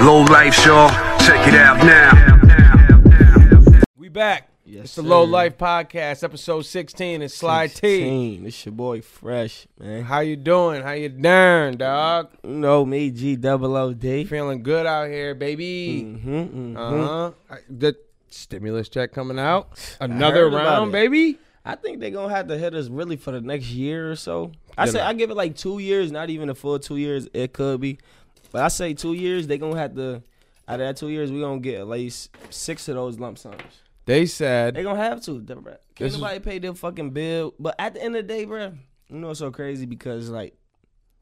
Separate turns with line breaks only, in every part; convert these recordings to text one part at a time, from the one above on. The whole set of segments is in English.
Low Life Shaw. Check it out now.
We back.
Yes,
it's the Low
sir.
Life Podcast, episode 16. It's Sly T.
16. It's your boy Fresh, man.
How you doing? How you doing, dog?
You know me, G double O D.
Feeling good out here, baby.
Mm-hmm, mm-hmm.
Uh-huh. I- The stimulus check coming out. Another
heard about
round,
it.
baby.
I think they're gonna have to hit us really for the next year or so. I
Yeah.
say I give it like two years, not even a full two years. It could be, but I say two years. They gonna have to. Out of that two years, we gonna get at least six of those lump sums.
They
They
said
gonna have to. bruh. Can't
This is-
nobody pay their fucking bill. But at the end of the day, bruh, you know it's so crazy because like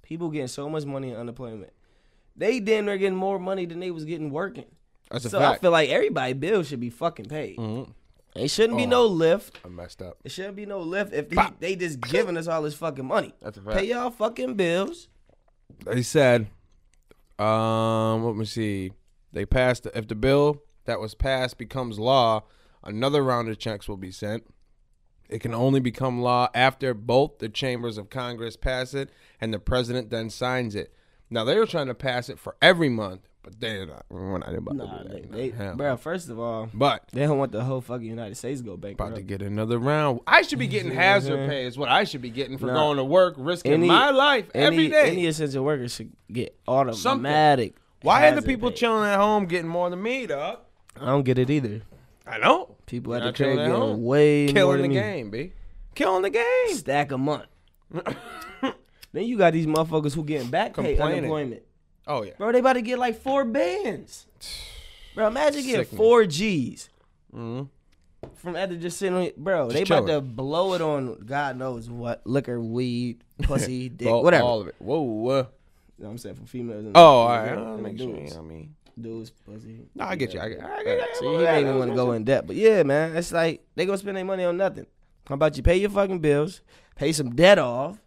people getting so much money in unemployment. They damn near getting more money than they was getting working.
that's a
so I
fact.
feel like everybody bill should be fucking paid.
Mhm.
It shouldn't be
Oh.
no lift.
I messed up.
It shouldn't be no lift if they,
Pop.
they just giving us all this fucking money.
That's a fact.
Pay y'all fucking bills.
They said, um, let me see. They passed if the bill that was passed becomes law, another round of checks will be sent. It can only become law after both the chambers of Congress pass it and the president then signs it. Now they were trying to pass it for every month, but they're not. We're not about
Nah,
to do
they,
that.
they,
Hell.
bruh, first of all,
But
they don't want the whole fucking United States to go bankrupt.
about to get another round. I should be getting hazard pay. Is what I should be getting for
Nah.
going to work, risking
Any-
my life every
any,
day.
any essential workers should get
Something.
automatic.
Why are the
hazard
people
pay.
chilling at home getting more than me, dog?
I don't get it either.
I know.
People
You're
at the
not chilling
crib
at
getting
home.
way more
Killing
than
the
me.
game, B. Killing the game.
Stack a month. then you got these motherfuckers who getting back pay
Complaining.
unemployment.
Oh yeah.
Bro, they about to get like four bands. Bro, imagine getting
Sickening.
four G's
Mhm.
from after just sitting on it. Bro, they about to
chilling.
blow it on God knows what liquor, weed, pussy, dick,
All-
whatever.
All of it. Whoa. Uh,
You know what I'm saying? For females. And
oh, all right.
and
I'll
the
make sure. You know
dudes.
what I mean,
Dudes, pussy.
no, I get you. I get. I
Yeah,
get
See, he didn't even want to go in debt. But yeah, man, it's like they gonna spend their money on nothing. How about you pay your fucking bills, pay some debt off?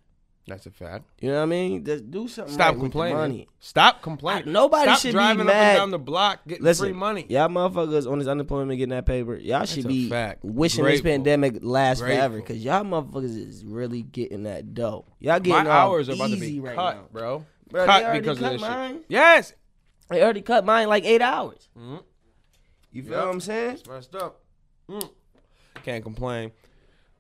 That's a fact.
You know what I mean? Just do something.
Stop
right with the
complaining.
money.
Stop complaining.
I- nobody
Stop
should be
driving up
mad.
and down the block getting
Listen,
free money.
Y'all motherfuckers on this unemployment getting that paper. Y'all should
a
be
fact.
wishing
Grateful.
this pandemic lasts forever
Grateful.
because y'all motherfuckers is really getting that dough. Y'all
My
getting all
hours are about to
easy
be
right
cut,
now.
bro.
Bro, they
cut
already
because
cut
of this
mine.
shit. Yes.
They already cut mine like eight hours.
Mhm.
You feel
Yep.
what I'm saying?
It's messed up. Mm. Can't complain.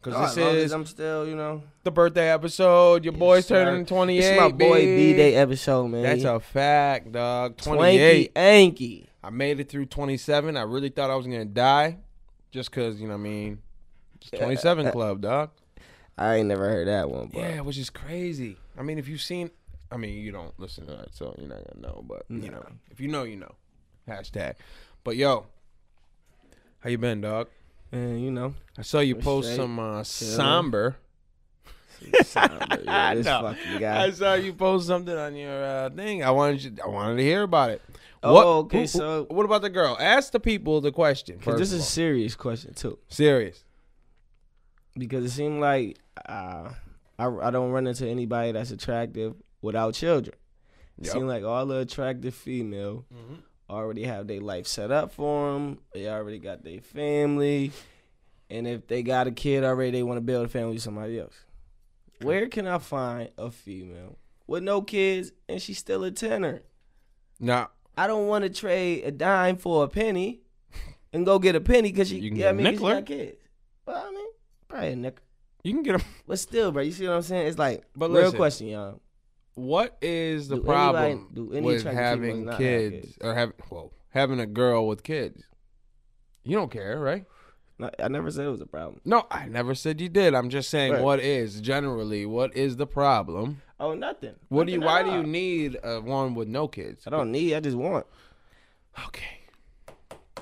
Cause
Oh, as
this
long as
is
I'm still, you know.
the birthday episode. Your boy's
sorry.
turning 28.
It's my boy B Day episode, man.
That's a fact, dog. 28.
Twanky Anky.
I made it through 27. I really thought I was gonna die, just cause you know what I mean. It's 27 Club, dog.
I ain't never heard that one, but
Yeah, which is crazy. I mean, if you've seen, I mean, you don't listen to that, so you're not gonna know. But you know, if you know, you know. Hashtag. But yo, how you been, dog?
man, you know,
I saw you post
straight.
some uh, somber.
somber, yeah, this
know.
fucking guy.
I saw you post something on your uh, thing. I wanted you, I wanted to hear about it.
Oh,
What-
okay,
who- who-
so-
what about the girl? Ask the people the question.
Cause
First
this
of
is a
all.
serious question too,
serious.
because it seemed like uh, I I don't run into anybody that's attractive without children. It
Yep.
seemed like all the attractive female already have their life set up for them. They already got their family, and if they got a kid already, they want to build a family with somebody else. Where can I find a female with no kids and she's still a tenor?
Now
I don't want to trade a dime for a penny and go get a penny because she,
You can
yeah, I
get a
mean, 'cause she
nickeler.
got kids. But I mean, probably a nickel.
you can get them.
But still, bro, you see what I'm saying? It's like,
But
real
listen,
question, y'all.
What is the
Do anybody-
problem
do any
with
attractive
having
females not have
kids,
kids?
or having well having a girl with kids? You don't care, right?
No, I never said it was a problem.
No, I never said you did. I'm just saying
Right.
what is generally what is the problem?
Oh, nothing.
What do you?
Nothing at
Why do
all.
you need a one with no kids?
I don't need. I just want.
Okay.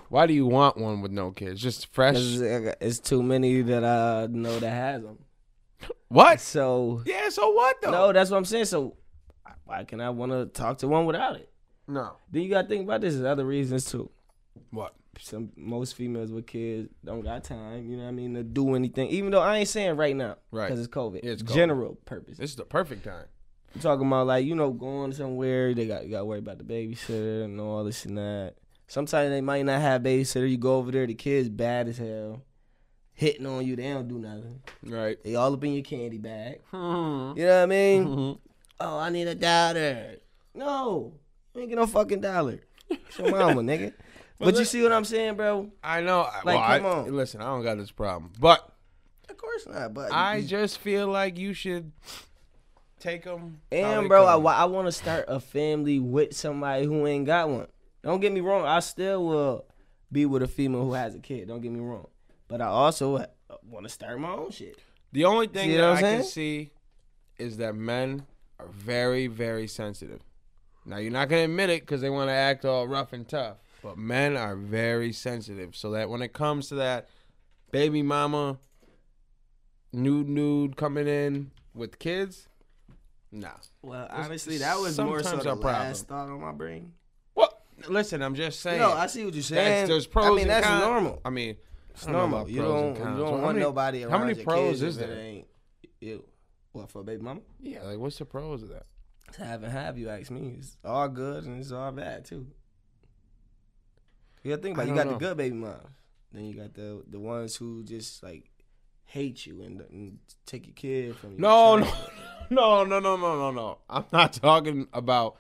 Why do you want one with no kids? Just fresh.
'Cause I got- It's too many that I know that has them.
What?
So
Yeah. So what though?
no, that's what I'm saying. So why can I want to talk to one without it?
No.
Then you got to think about this. There's other reasons too.
What?
Some most females with kids don't got time. You know what I mean to do anything. Even though I ain't saying right now,
Right.
Because it's COVID.
It's COVID.
general purpose.
This is the perfect time.
I'm talking about like you know going somewhere. They got you got to worry about the babysitter and all this and that. Sometimes they might not have babysitter. You go over there, the kids bad as hell, hitting on you. They don't do nothing.
Right.
They all up in your candy bag.
Hmm.
You know what I mean? Oh, I need a dollar. No, you ain't get no fucking dollar. It's your mama, nigga. But you
look-
see what I'm saying, bro?
I know. I-
Like,
well, I-
come on.
Listen, I don't got this problem, but
Of course not. But
I just feel like you should take them.
And bro, I, wa- I want to start a family with somebody who ain't got one. Don't get me wrong, I still will be with a female who has a kid. Don't get me wrong, but I also want to start my own shit.
the only thing
See
that
what
I
I'm
can
saying?
see is that men are very, very sensitive. Now you're not gonna admit it because they want to act all rough and tough, but men are very sensitive. So that when it comes to that baby mama, nude nude coming in with kids, nah.
Well,
honestly, that was more so the last
thought on my brain.
Well, listen, I'm just saying.
No, I see what you're saying.
That's, there's pros.
I mean,
and
that's
cons.
normal.
I mean,
It's
I don't know
normal.
about
you
pros
don't,
and cons.
you
How
don't want
many-
nobody around
how many
your
pros
kids
is
if it
there?
Ain't you. What for, baby mama?
yeah, like what's the pros of that?
To have and have you ask me. It's all good and it's all bad too. You gotta think about it.
I
you
don't
got
know.
the good baby moms. Then you got the the ones who just like hate you and, and take your kid from you.
No,
Try-
no, no, no, no, no, no, no. I'm not talking about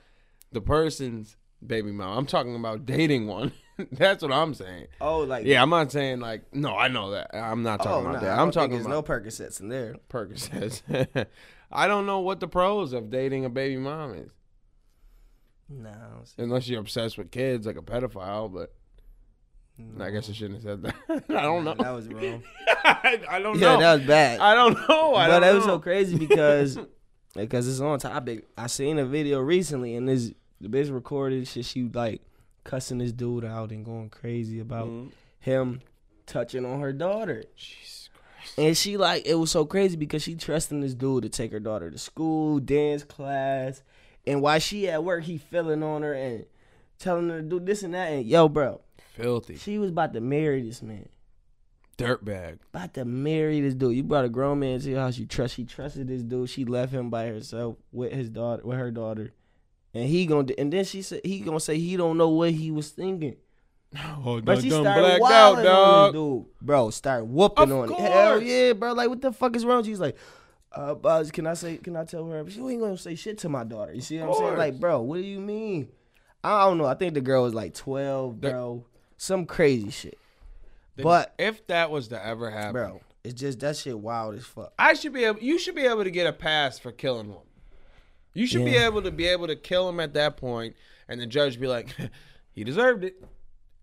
the person's baby mom. I'm talking about dating one. That's what I'm saying.
Oh, like
Yeah, I'm not saying like no. I know that. I'm not talking
oh,
about
nah, I
that.
don't
I'm
think
talking
there's
about
no Percocets in there.
Percocets. I don't know what the pros of dating a baby mom is,
No, I don't see-
unless you're obsessed with kids like a pedophile. But
no.
I guess I shouldn't have said that. I don't know.
That was wrong.
I, I don't
yeah,
know.
that was bad.
I don't know. I
but
don't
it was
know.
so crazy because because it's on topic. I seen a video recently and this the bitch recorded shit. She like cussing this dude out and going crazy about him touching on her daughter.
Jesus Christ.
And she like it was so crazy because she trusting this dude to take her daughter to school, dance class, and while she at work, he feeling on her and telling her to do this and that. And yo, bro,
Filthy
she was about to marry this man
dirtbag.
about to marry this dude. You brought a grown man to your house. You trust. She trusted this dude. She left him by herself with his daughter, with her daughter, and he gonna. And then she said he gonna say he don't know what he was thinking.
Oh,
But she started wilding on this dude, bro. Start
Of
whooping on
course.
it. Hell yeah, bro. Like what the fuck is wrong? She's like, uh, Buzz, can I say? Can I tell her? She ain't gonna say shit to my daughter. You see what I'm saying?
course.
Like, bro, what do you mean? I don't know. I think the girl was like 12,
That-
bro. Some crazy shit, But-
if that was to ever happen,
bro. It's just that shit wild as fuck.
I should be able. You should be able to get a pass for killing one. You should be
Yeah.
able to be able to kill him at that point, and the judge be like, "He deserved it,"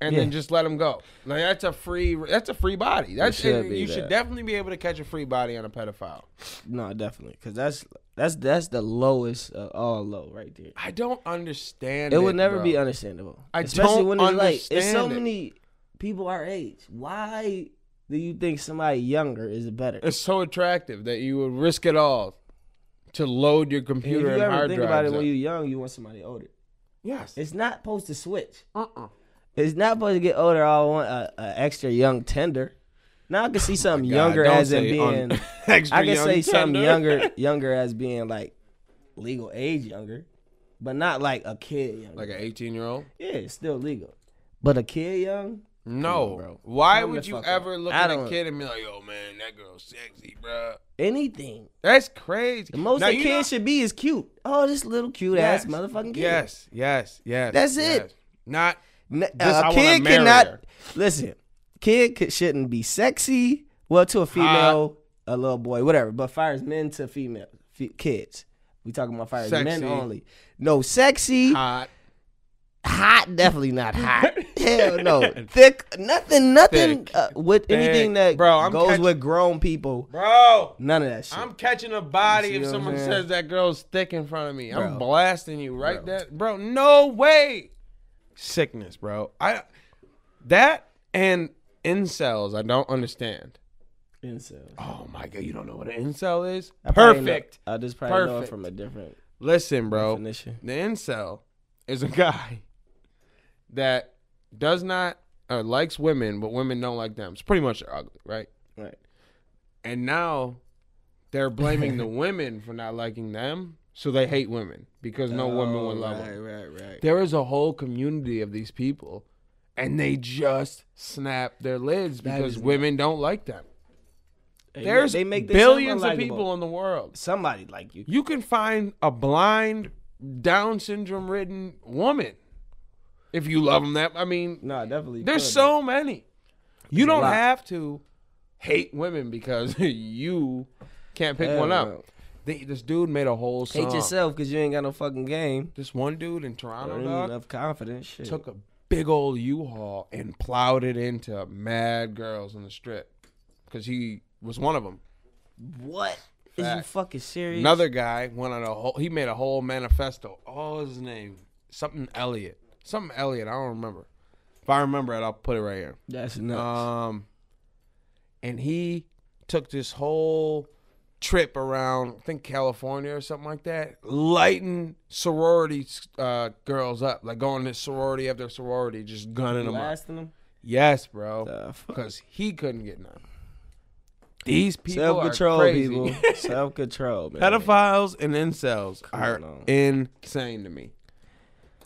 and then
Yeah.
just let him go. Like that's a free. That's a free body. That's
should
and
be
you should
that.
definitely be able to catch a free body on a pedophile.
No, definitely, because that's that's that's the lowest of all low right there.
I don't understand.
It would never
bro.
be understandable.
I
Especially
don't
when it's like it's so
understand it.
many people our age. Why do you think somebody younger is better?
It's so attractive that you would risk it all to load your
And if
computer
you
and,
ever
hard
think
drives.
about it when
up.
you're young, you want somebody older.
yes.
It's not supposed to switch.
Uh-uh.
It's not supposed to get older. I want a, a extra young tender. Now I can see something younger
Oh God, don't
as in
say un-
being.
extra
I can
young
say something
tender.
younger, younger as being like legal age younger, but not like a kid younger.
like an 18 year old.
Yeah, it's still legal. But a kid young?
No,
bro.
why
Come the
would you
fuck
ever
up.
look
I
at a
don't-
kid and be like, "Yo, man, that girl's sexy, bro"?
Anything.
That's crazy.
The most
Now,
a
you
kid
know-
should be is cute. Oh, this little cute
Yes,
ass motherfucking kid.
Yes, yes, yes.
That's
yes.
it.
Not
N-
This, I
a
wanna
kid
marry
cannot
her.
listen. Kid c- shouldn't be sexy. Well, to a female, a little boy, whatever. But fires men to female fe- kids. We talking about fires men
Sexy.
only. No sexy, hot,
hot.
definitely not hot. Hell no, thick, nothing, nothing
Thick.
uh, with anything that
Bro, I'm
goes
catch-
with grown people.
Bro,
None of that shit.
I'm catching a body
You see
if
what I'm
someone
saying?
says that girl's thick in front of me. I'm
Bro.
blasting you right
Bro.
there, bro. No way. Sickness, bro. I that and incels. I don't understand.
Incel.
Oh my god, you don't know what an incel is?
I probably know-
Perfect.
I just probably know
Perfect. Oh.
it from a different
Listen, bro.
definition.
The incel is a guy that does not or likes women, but women don't like them. It's pretty much they're ugly, right?
Right.
And now they're blaming the women for not liking them, so they hate women because no woman would love
Oh, right,
them.
Right, right,
There is a whole community of these people, and they just snap their lids because
is
women don't like them.
They-
There's
they make themselves
billions of
unlikable.
people in the world.
Somebody like you.
you can find a blind down syndrome ridden woman if you love them that I mean,
No, definitely.
There's
could.
so many. You
a
don't
lot.
have to hate women because you can't pick
Hell
one
no.
up. They, this dude made a whole song.
Hate yourself because you ain't got no fucking game.
This one dude in Toronto
Or
dog,
enough confidence. Shit.
took a big old U-Haul and plowed it into mad girls in the strip because he was one of them.
what? Is you
Fact.
fucking serious?
Another guy went on a whole. He made a whole manifesto. Oh, his name something Elliot, something Elliot. I don't remember. If I remember it, I'll put it right here.
That's nuts.
Um, and he took this whole trip around, I think California or something like that, lighting sorority uh, girls up, like going to sorority after sorority, just gunning them up.
Blasting them.
Yes, bro,
The fuck?
because he couldn't get none. These people
Self
are
control,
crazy.
people. Self control, man.
Pedophiles and incels are
on now.
insane to me.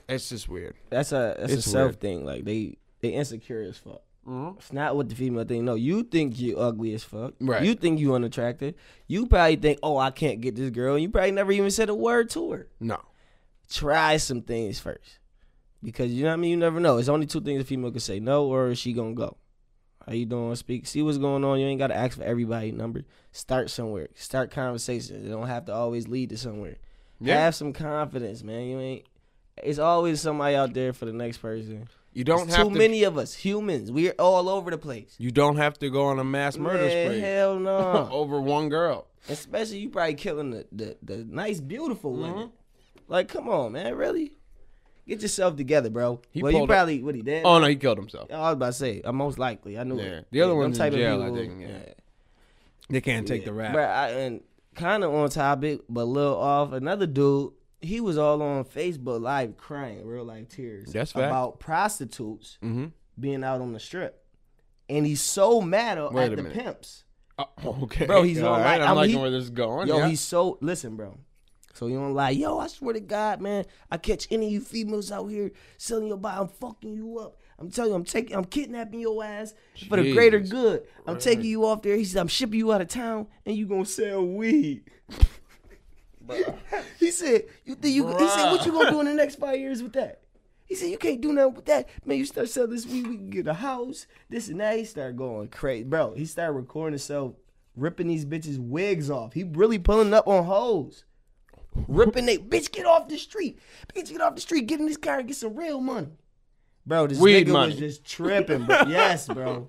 It's just weird.
That's a that's
It's
a self
weird.
thing. Like they they insecure as fuck.
Mm-hmm.
It's not what the female thing. No, you think you ugly as fuck.
Right.
You think you unattractive. You probably think, oh, I can't get this girl. And you probably never even said a word to her.
No,
Try some things first, because you know what I mean. You never know. It's only two things a female can say: no, or is she gonna go? How you doing? Speak. See what's going on. You ain't gotta ask for everybody number. Start somewhere. Start conversations. It don't have to always lead to somewhere.
Yeah.
Have some confidence, man. You ain't. It's always somebody out there for the next person.
you don't
It's
have
too
to.
many of us humans. We're all over the place.
You don't have to go on a mass murder
Man,
spree.
Hell no.
over one girl.
Especially you probably killing the, the, the nice, beautiful
Mm-hmm.
women. Like, come on, man. Really? Get yourself together, bro.
He
well, you
pulled up-
probably what he did.
Oh no, he killed himself.
I was about to say, uh, most likely. I knew
Yeah.
it.
The other
them
one's in
type of
jail, I
people-
think, yeah. They can't take the rap.
Bruh, I, and kind of on topic, but a little off. Another dude, he was all on Facebook Live crying, real life tears.
That's fact.
about prostitutes
Mhm.
being out on the strip, and he's so mad at
Wait a
the
minute.
pimps.
Oh, okay,
Bro, he's
All
on
right,
light.
I'm
I'm-
liking
he-
where this is going.
Yo,
yeah.
he's so listen, bro. So you don't lie. Yo, I swear to God, man, I catch any of you females out here selling your body, I'm fucking you up. I'm telling you, I'm taking, I'm kidnapping your ass for the greater
Jesus
good. I'm taking you off there. He said, I'm shipping you out of town, and you gonna sell weed. he said, you think you? He said, what you gonna do in the next five years with that? He said, you can't do nothing with that. Man, you start selling this weed, we can get a house, this and that. He started going crazy. Bro, he started recording himself, ripping these bitches' wigs off. He really pulling up on hoes. Ripping they bitch, get off the street. Bitch, get off the street. Get in this car and get some real money. Bro, this
Weed
nigga
money.
was just tripping, bro. yes, bro.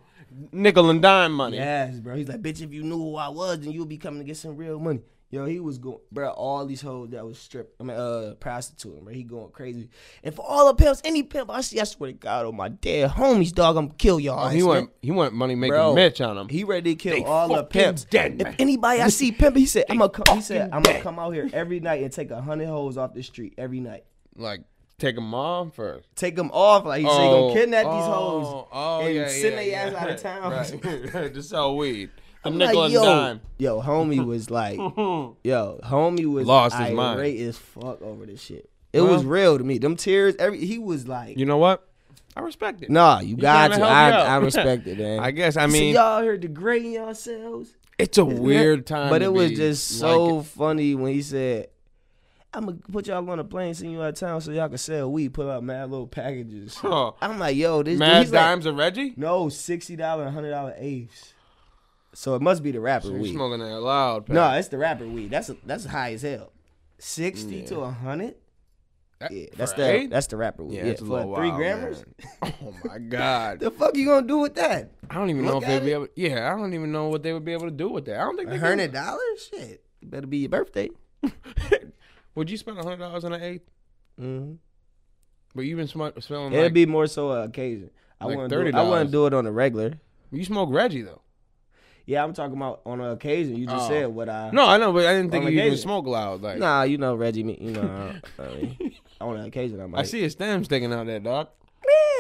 nickel and dime money.
Yes, bro. He's like, bitch, if you knew who I was, then you'd be coming to get some real money. Yo, he was going, bro. All these hoes that was stripped, I mean, uh, prostituting, bro. He going crazy. And for all the pimps, any pimp I see, I swear to God, on my dead homies, dog, I'm gonna kill y'all.
Oh, he
ass,
went.
man.
He went money making
Bro,
Mitch on him.
He ready to kill
They
all the
fucking
pimps.
dead, man.
if anybody I see pimping, he said, I'm gonna come. He said,
fucking
I'm gonna
dead.
come out here every night and take a hundred hoes off the street every night.
like take him off first.
Take them off, like he said, he
Oh,
gonna kidnap these
oh,
hoes
oh,
and
yeah,
send
yeah,
their
yeah.
ass out of town.
Right. to sell weed. A
I'm
nickel
like,
and
yo,
dime.
Yo, homie was like, yo, homie was
Lost his
irate
mind.
as fuck over this shit. It was real to me. Them tears, every he was like,
You know what? I respect it.
nah, you got
tryna
to.
help
I,
you out.
I respect it, man.
I guess. I
See,
mean,
y'all here degrading yourselves.
it's a
Isn't
weird
that-
time.
But
to
it was
be
just
like
so
it.
funny when he said, I'm gonna put y'all on a plane, send you out of town so y'all can sell weed, put out mad little packages.
Oh.
I'm like, yo, this dude,
Mad
he's like,
dimes and Reggie.
no sixty dollar, hundred dollar eighths. So it must be the rapper
You
weed.
smoking that loud? Pat.
No, it's the rapper weed. That's that's high as hell. Sixty to hundred.
That-
Yeah, that's
for
the
eight?
that's the rapper weed.
Yeah,
Yeah,
it's a
for
little
three
wild,
grammars.
man. Oh my god!
The fuck you gonna do with that?
I don't even know
Look
if they'd
at
be
it.
able. Yeah, I don't even know what they would be able to do with that. I don't think
A
they
hundred dollars? Shit, better be your birthday.
could. would you spend a hundred dollars on an eighth?
hmm
But you've been sm- smelling
It'd
like
be more so an occasion. I
like
wouldn't do it. I
$30.
wouldn't do it on a regular.
you smoke Reggie though.
Yeah, I'm talking about on an occasion. You just
Oh.
said what I.
No, I know, but I didn't think
On
you even
occasion.
smoke loud. Like
Nah, you know Reggie. Me, you know. I, I mean, on an occasion, I might.
I see his stem sticking out there, doc.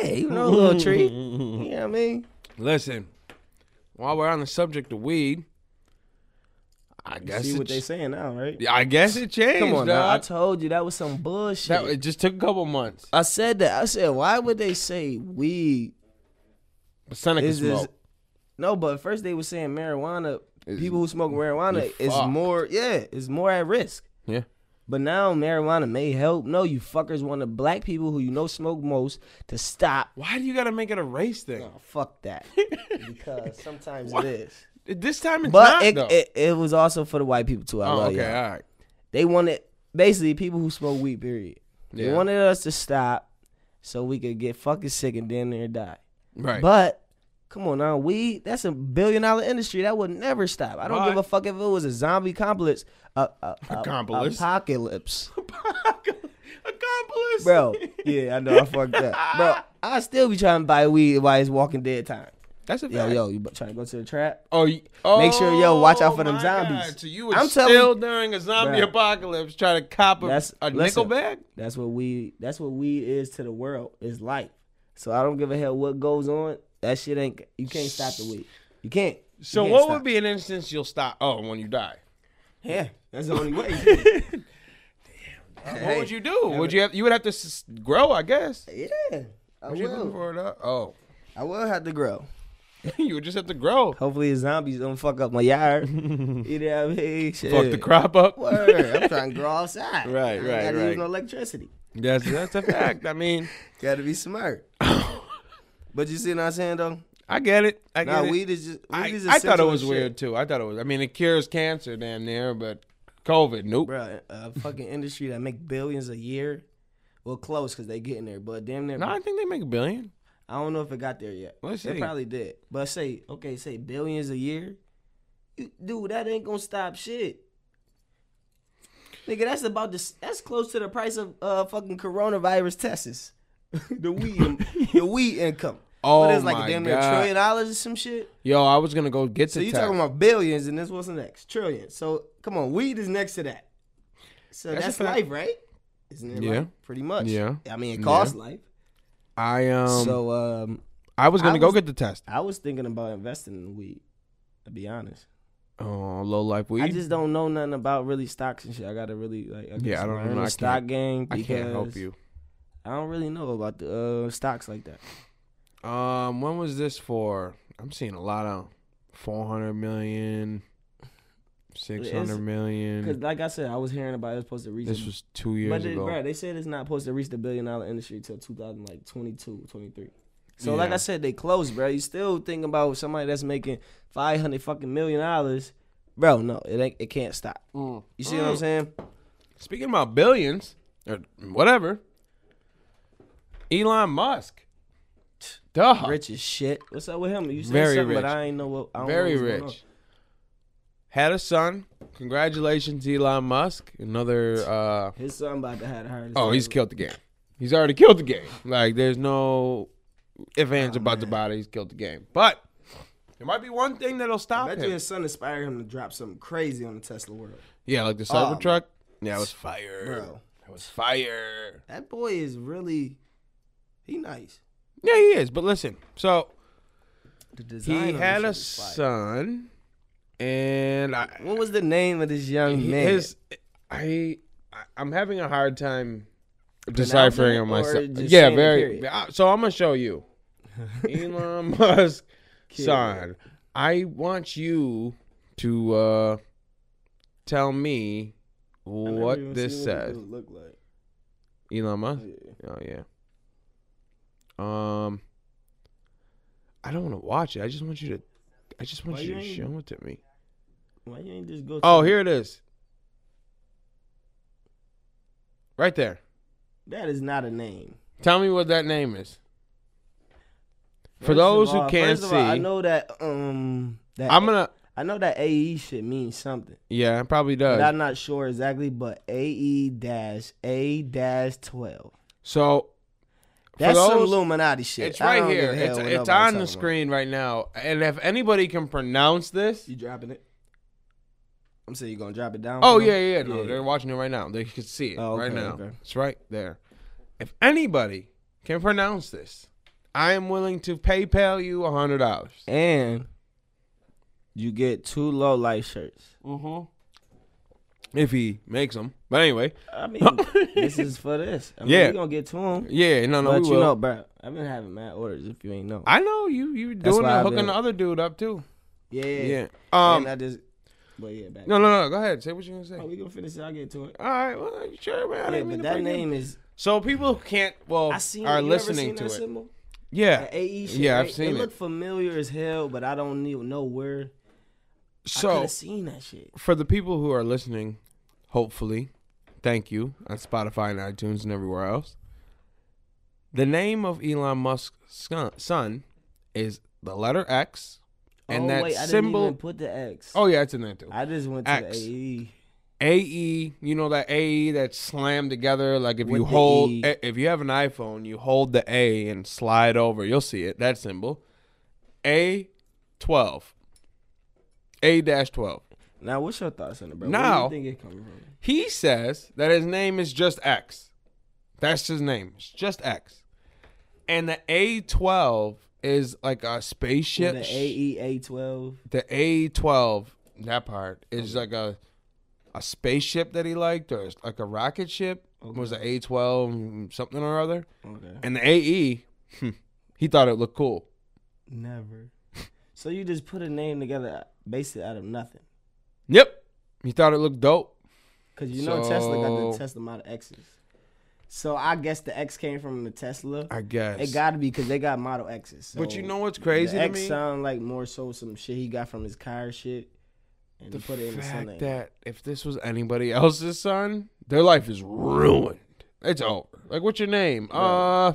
Yeah, you know, a little tree. you know what I mean?
Listen, while we're on the subject of weed, I guess
see
it
what they
ch-
saying now, right?
I guess it changed.
Come on, now. I
dog.
told you Uh, that was some bullshit.
that it just took a couple months.
I said that. I said, why would they say weed
But Seneca
is
smoke.
this? No, but first they were saying marijuana.
Is-
people who smoke marijuana
you
is
fucked.
more, yeah, is more at risk.
Yeah.
But now marijuana may help. No, you fuckers want the black people who you know smoke most to stop.
Why do you gotta make it a race thing?
No, fuck that. because sometimes
What?
it is.
This time it's
But
not
it,
though.
it, it was also for the white people too. I
oh,
love
okay,
y'all.
all right.
They wanted basically people who smoke weed. Period. They
Yeah.
wanted us to stop so we could get fucking sick and damn near die.
Right.
But come on now, weed that's a billion dollar industry that would never stop. I don't
Why?
give a fuck if it was a zombie complex, a, a, a,
Accomplice.
apocalypse,
Accomplice.
bro. Yeah, I know I fucked up, bro. I still be trying to buy weed while it's Walking Dead time.
That's a
Yo,
fact.
yo, you trying to go to the trap?
Oh, y- oh,
Make sure, yo, watch out for them
my God.
zombies.
So you was
I'm telling
still during a zombie
Bruh.
apocalypse trying to cop a,
That's-
a
listen.
nickel bag?
That's what weed. That's what weed is to the world. Is life. So I don't give a hell what goes on. That shit ain't. You can't stop the weed. You can't. You
So
can't
what
stop.
would be an instance you'll stop? Oh, when you die.
Yeah, that's the only way.
what would you do? would you have? You would have to s- grow, I guess.
yeah, I
What you looking
will.
for? though? Oh,
I will have to grow.
you would just have to grow.
Hopefully, the zombies don't fuck up my yard. you know what I mean? Shit.
Fuck the crop up.
Word. I'm trying to grow outside.
Right,
I ain't
right,
Gotta use
right.
no electricity.
That's that's a fact. I mean,
Gotta be smart. but you see what I'm saying though?
I get it. I get
Nah,
it.
weed is just. Weed
I,
is
I thought it
essential
was
as shit.
weird too. I thought it was. I mean, it cures cancer, damn near, but COVID, nope.
Bruh, a fucking industry that make billions a year. Well, close because they getting there, but damn near.
No, I think they make a billion.
I don't know if it got there yet.
Let's
It
see.
probably did. But say, okay, say billions a year. You- Dude, that ain't gonna stop shit. Nigga, that's about this. That's close to the price of uh fucking coronavirus tests. the weed, the weed income.
Oh
What is it, like
my
damn near
God.
trillion dollars or some shit.
Yo, I was gonna go get to.
So you talking about billions, and this what's the next trillion. So come on, weed is next to that. So
That's a
that's,
fact.
life, right? Isn't it?
Yeah.
life? pretty much.
Yeah.
I mean, it costs life.
I um.
so um,
I was gonna
I
go
was-
get the test.
I was thinking about investing in weed. To be honest,
Oh, low life weed.
I just don't know nothing about really stocks and shit. I gotta really like. I
Yeah, I don't know.
The
I
stock
can't-
game.
I
Because
can't help you.
I don't really know about the uh, stocks like that.
Um, when was this for? I'm seeing a lot of 400 million, 600
Cause
million.
like I said, I was hearing about it was supposed to reach.
Mm. This
a-
was two years
But they,
ago.
bro, they said it's not supposed to reach the billion dollar industry till 2000, like 22, 23. So like
Yeah.
I said, they close, bro. You still thinking about somebody that's making 500 fucking million dollars, bro? No, it ain't. It can't stop.
Mm.
You see what I'm saying?
Speaking about billions or whatever, Elon Musk. Duh.
Rich as shit. Uh, What's up with him? You said
Very
something, but
rich.
I ain't know what. I don't know
Very
what's going on.
rich. Had a son. Congratulations, Elon Musk. Another. uh
His son about to have the hardest.
Oh,
time.
he's killed the game. He's already killed the game. Like, there's no if ands about the body. He's killed the game. But there might be one thing that'll
I
stop
bet
him.
you his son inspired him to drop something crazy on the Tesla world,
Yeah, like the
Oh,
Cybertruck. yeah, it was fire.
bro.
It was fire.
That boy is really, he nice.
Yeah, he is. But listen, so
The
he
design. on this
had
shit
a
is fire.
son, and I,
What was the name of this young man?
his, I, I- I'm having a hard time deciphering
it
on
or
myself.
just
Yeah,
saying the
very.
period?
I- So I'm gonna show you, Elon Musk son. I want you to uh, tell me what this says.
Look like.
Elon Musk. Oh yeah. Um, I don't want to watch it. I just want you to. I just want
Why
you
you
to
ain't-
show it to me.
Why you ain't just go?
Oh,
to-
here it is. Right there.
That is not a name.
Tell me what that name is. For
First of
those who
all-
can't
first of
see,
all, I know that um that
I'm gonna.
I know that AE shit means something,
Yeah, it probably does.
but I'm not sure exactly. But AE dash A dash twelve.
so
That's some
those-
Illuminati shit.
it's
I
right
don't give
here.
a hell
It's
what
it's
nobody
on
talking
the
about.
screen right now. And if anybody can pronounce this,
You dropping it? I'm saying you gonna drop it down.
Oh
for them?
yeah, yeah, yeah. No, they're watching it right now. They can see it
Oh,
right
okay,
now.
okay.
It's right there. If anybody can pronounce this, I am willing to PayPal you a hundred dollars.
And you get two low life shirts. Mm-hmm.
If he makes them. But anyway,
I mean, this is for this. I mean,
Yeah.
we gonna get to them.
yeah, no, no,
but
we
you
will.
know, bro, I've been having mad orders. If you ain't know,
I know you. You
That's
doing
why
that,
I've
hooking
been-
the other dude up too.
yeah,
Yeah.
Um,
Um.
I just But yeah, back.
No, no, no. Go ahead. Say what you're gonna say.
Oh, we gonna finish it. I'll get to it.
All right. Well, you sure, man. I
Yeah,
didn't mean to
but that
bring you-
name is.
So people can't. Well,
I seen.
are
you
listening
ever seen
to
that
it.
Symbol?
Yeah.
The AE E shit.
Yeah, I've
right?
seen
it.
it.
looked familiar as hell, but I don't even know where. I could
So
have seen that shit.
for the people who are listening, hopefully, thank you on Spotify and iTunes and everywhere else. The name of Elon Musk's son is the letter X, and
oh,
that
wait, I
symbol.
didn't even put the X.
oh yeah, it's in there too.
I just went to
X.
the E. AE.
AE, E, you know that AE that's slammed together. Like if
With
you
the
hold,
E.
i- if you have an iPhone, you hold the A and slide over. You'll see it. That symbol, A, twelve, A dash twelve.
Now, what's your thoughts on it, bro?
Now-
Where do you think it coming from?
He says that his name is just X. That's his name. It's just X. And the A twelve is like a spaceship.
The E AE A12.
the A twelve that part is like a a spaceship that he liked or like a rocket ship was the A twelve something or other,
Okay.
and the AE hmm, he thought it looked cool.
Never. So you just put a name together, uh, basically out of nothing,
Yep, he thought it looked dope.
because you know Tesla got
So-
the Tesla Model X's. So I guess the X came from the Tesla.
I guess.
It got to be because they got Model X's. So
but you know what's crazy
the
to
X
me?
sound like more so some shit he got from his car shit, and
The
put it in the
fact
Sunday.
that if this was anybody else's son, their life is ruined. It's over. Like, what's your name? Uh,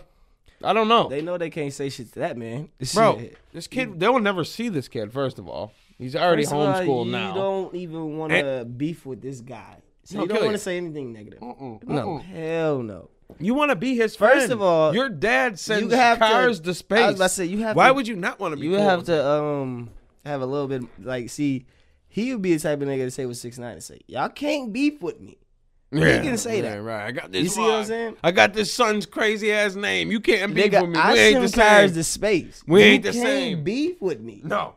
I don't know.
they know they can't say shit to that man,
Bro,
Shit.
this kid, they will never see this kid, first of all. He's already
First of all,
homeschooled
you
now.
don't even want to beef with this guy, so
He'll
you don't
kill
want
you.
to say anything negative.
Mm-mm,
No,
mm-mm.
hell no.
You want to be his friend.
First of all,
your dad sends
have to-
cars to,
I was
space.
about to say, you have
Why
to-
would you not want to be?
You
cool
have
with
to um have a little bit like see. He would be the type of nigga to say what six nine and say, "Y'all can't beef with me."
him?
he can say that.
Right, right. I got this.
You see what I'm
rod.
saying?
I got this son's crazy ass name. You can't be with
Nigga,
me.
I
we ain't the
send
same.
cars to space.
We
You
ain't the
can't
same.
Beef with me?
no.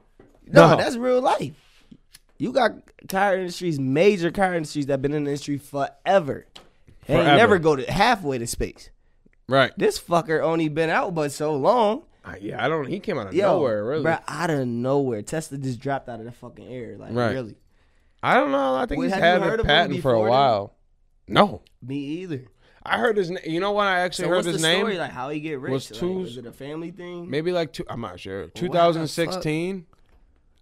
no,
No.
that's real life. You got car industries, major car industries that been in the industry forever. They ain't
Forever.
never go to halfway to space.
Right.
This fucker only been out but so long.
Uh, yeah, I don't. He came out of
Yo,
nowhere. Really.
bruh, out of nowhere. Tesla just dropped out of the fucking air. Like,
Right.
really?
I don't know. I think
Wait,
he's
have you
had
heard
a
of him
patent for a
before then?
while. No.
Me either.
I heard his name. You know when I actually
So
heard
what's
his
the
name?
story? Like how he get rich?
was
Like,
two-
was it a family thing?
Maybe like two. I'm not sure. 2016.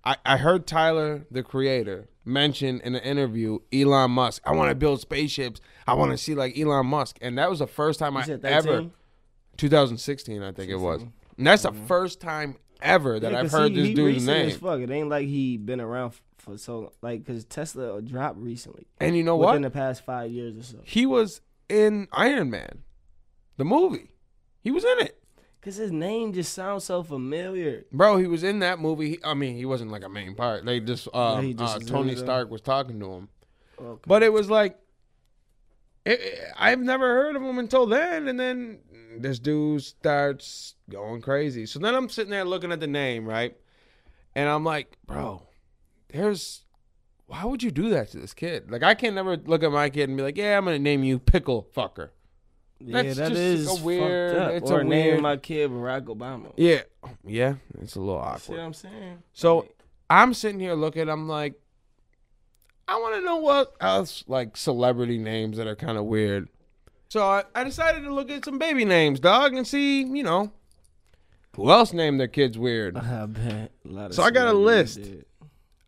I, I heard Tyler, the creator, mention in an interview Elon Musk. I want to build spaceships. I want to see like Elon Musk. And that was the first time I
said 13?
ever. 2016, I think it was. And that's the first time ever that
Mm-hmm. Yeah,
I've
'cause
heard
he-
this
he
dude's
recent As
name.
fuck. It ain't like he been around f- for so long. like because Tesla dropped recently
And you know what?
within the past five years or so.
he was in Iron Man, the movie. He was in it.
Cause his name just sounds so familiar.
Bro, he was in that movie. He, I mean, he wasn't like a main part. They just, uh,
he just
uh,
is in
Tony
it, uh,
Stark was talking to him.
Okay.
But it was like, it, it- I've never heard of him until then. And then this dude starts going crazy. So then I'm sitting there looking at the name, right? And I'm like, bro, there's, why would you do that to this kid? Like, I can't never look at my kid and be like, yeah, I'm going to name you Pickle Fucker.
yeah,
that's
that
just
is
a
fucked
weird-
up.
it's a
or
weird-
name my kid Barack Obama.
Yeah. Yeah. It's a little
See what
awkward.
I'm saying?
So I'm sitting here looking, I'm like, I want to know what else, like celebrity names that are kind of weird. So I, I decided to look at some baby names, dog, and see, you know, who else named their kids weird.
I bet. A lot of
So I got a
celebrities
list.
did.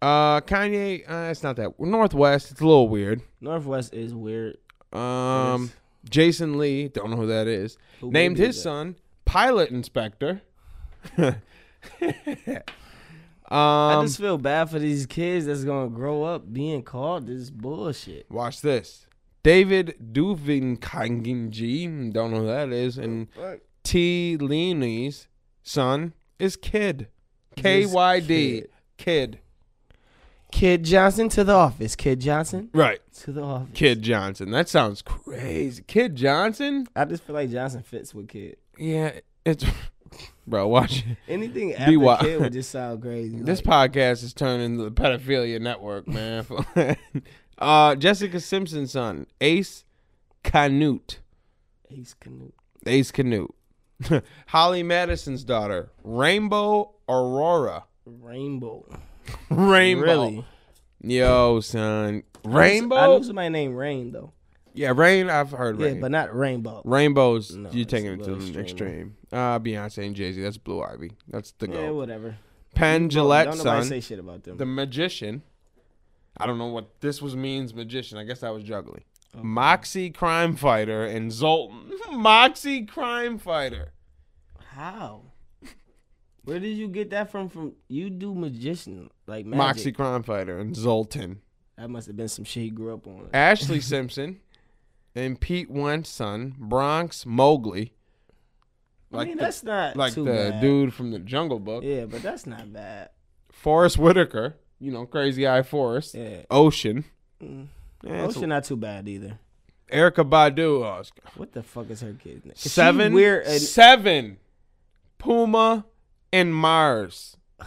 Uh, Kanye, uh, it's not that. Northwest, it's a little weird.
Northwest is weird.
Um, Jason Lee, don't know who that is,
Who
named
baby
his
is that?
son Pilot Inspector.
I
um,
just feel bad for these kids that's gonna grow up being called this bullshit.
Watch this. David Duvinkanginji, don't know who that is, and T. Leany's son is Kid. K Y D. Kid.
Kid Johnson to the office. Kid Johnson
Right.
to the office.
Kid Johnson. That sounds crazy. Kid Johnson?
I just feel like Johnson fits with Kid.
Yeah, it's. Bro, watch it.
Anything after
wild.
Kid would just sound crazy.
This
Like,
podcast is turning into the pedophilia network, man. uh, Jessica Simpson's son, Ace Canute.
Ace Canute.
Ace Canute. Holly Madison's daughter, Rainbow Aurora.
Rainbow.
Rainbow.
Really?
Yo, son.
I
Rainbow?
know somebody named Rain though.
Yeah, rain. I've heard
Yeah,
rain.
but not Rainbow.
Rainbows,
No,
you're
it's
taking
a
it to
little
the
extreme.
extreme. Uh, Beyonce and Jay Z. That's Blue Ivy. That's the
Yeah,
go.
whatever.
Penn Gillette,
Don't nobody
son.
say shit about them.
The magician. I don't know what this was means. Magician. I guess I was juggling. Moxie crime fighter and Zoltan. Moxie crime fighter.
How? Where did you get that from? From you do magician like magic.
Moxie crime fighter and Zoltan.
That must have been some shit he grew up on.
Ashley Simpson and Pete Wentz son. Bronx Mowgli.
I mean,
Like the,
that's not
like
too
the
bad.
dude from the Jungle Book.
Yeah, but that's not bad.
Forrest Whitaker, you know, Crazy Eye Forrest,
Yeah,
Ocean,
Mm.
Yeah, it's
Ocean not too bad either.
Erica Badu, oh, it's-
What the fuck is her kid name? Is she
seven,
weird and-
seven, Puma and Mars.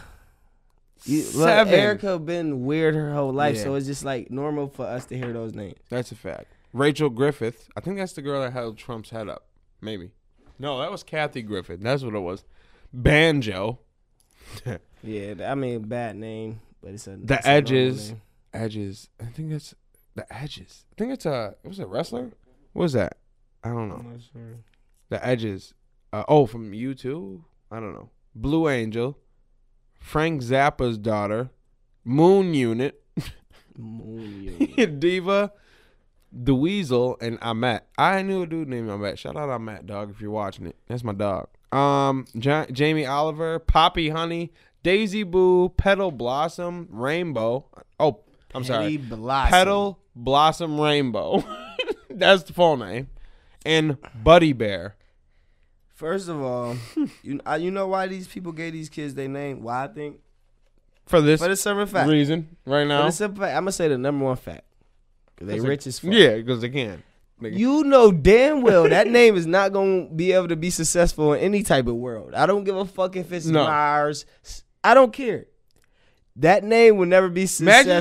you- look,
seven.
Erica been weird her whole life,
Yeah.
so it's just like normal for us to hear those names.
That's a fact. Rachel Griffith, I think that's the girl that held Trump's head up. Maybe. No, that was Kathy Griffin. That's what it was. Banjo,
Yeah, th- I mean bad name, but it's a
The
it's a normal
Edges,
name.
Edges. I think that's the Edges. I think it's a. It was a wrestler. What was that? I don't know.
I'm not sure.
The Edges. Uh, oh, from U2? I don't know. Blue Angel. Frank Zappa's daughter. Moon Unit.
Moon Unit.
Diva. The Weasel. And Amat. I knew a dude named Amat. Shout out Amat, dog, if you're watching it. That's my dog. Um, ja- Jamie Oliver. Poppy Honey. Daisy Boo. Petal Blossom. Rainbow. Oh, I'm sorry.
Petty Blossom.
Petal Blossom Rainbow. That's the full name. And Buddy Bear.
First of all, you I- you know why these people gave these kids their name? Why I think
For this
for the simple fact.
reason right now.
For the simple fact, I'm gonna say the number one fact. 'Cause they
That's
rich
a,
as fuck.
Yeah, because they can. Nigga.
You know damn well that name is not gonna be able to be successful in any type of world. I don't give a fuck if it's
No.
Mars. I don't care. That name will never be
Imagine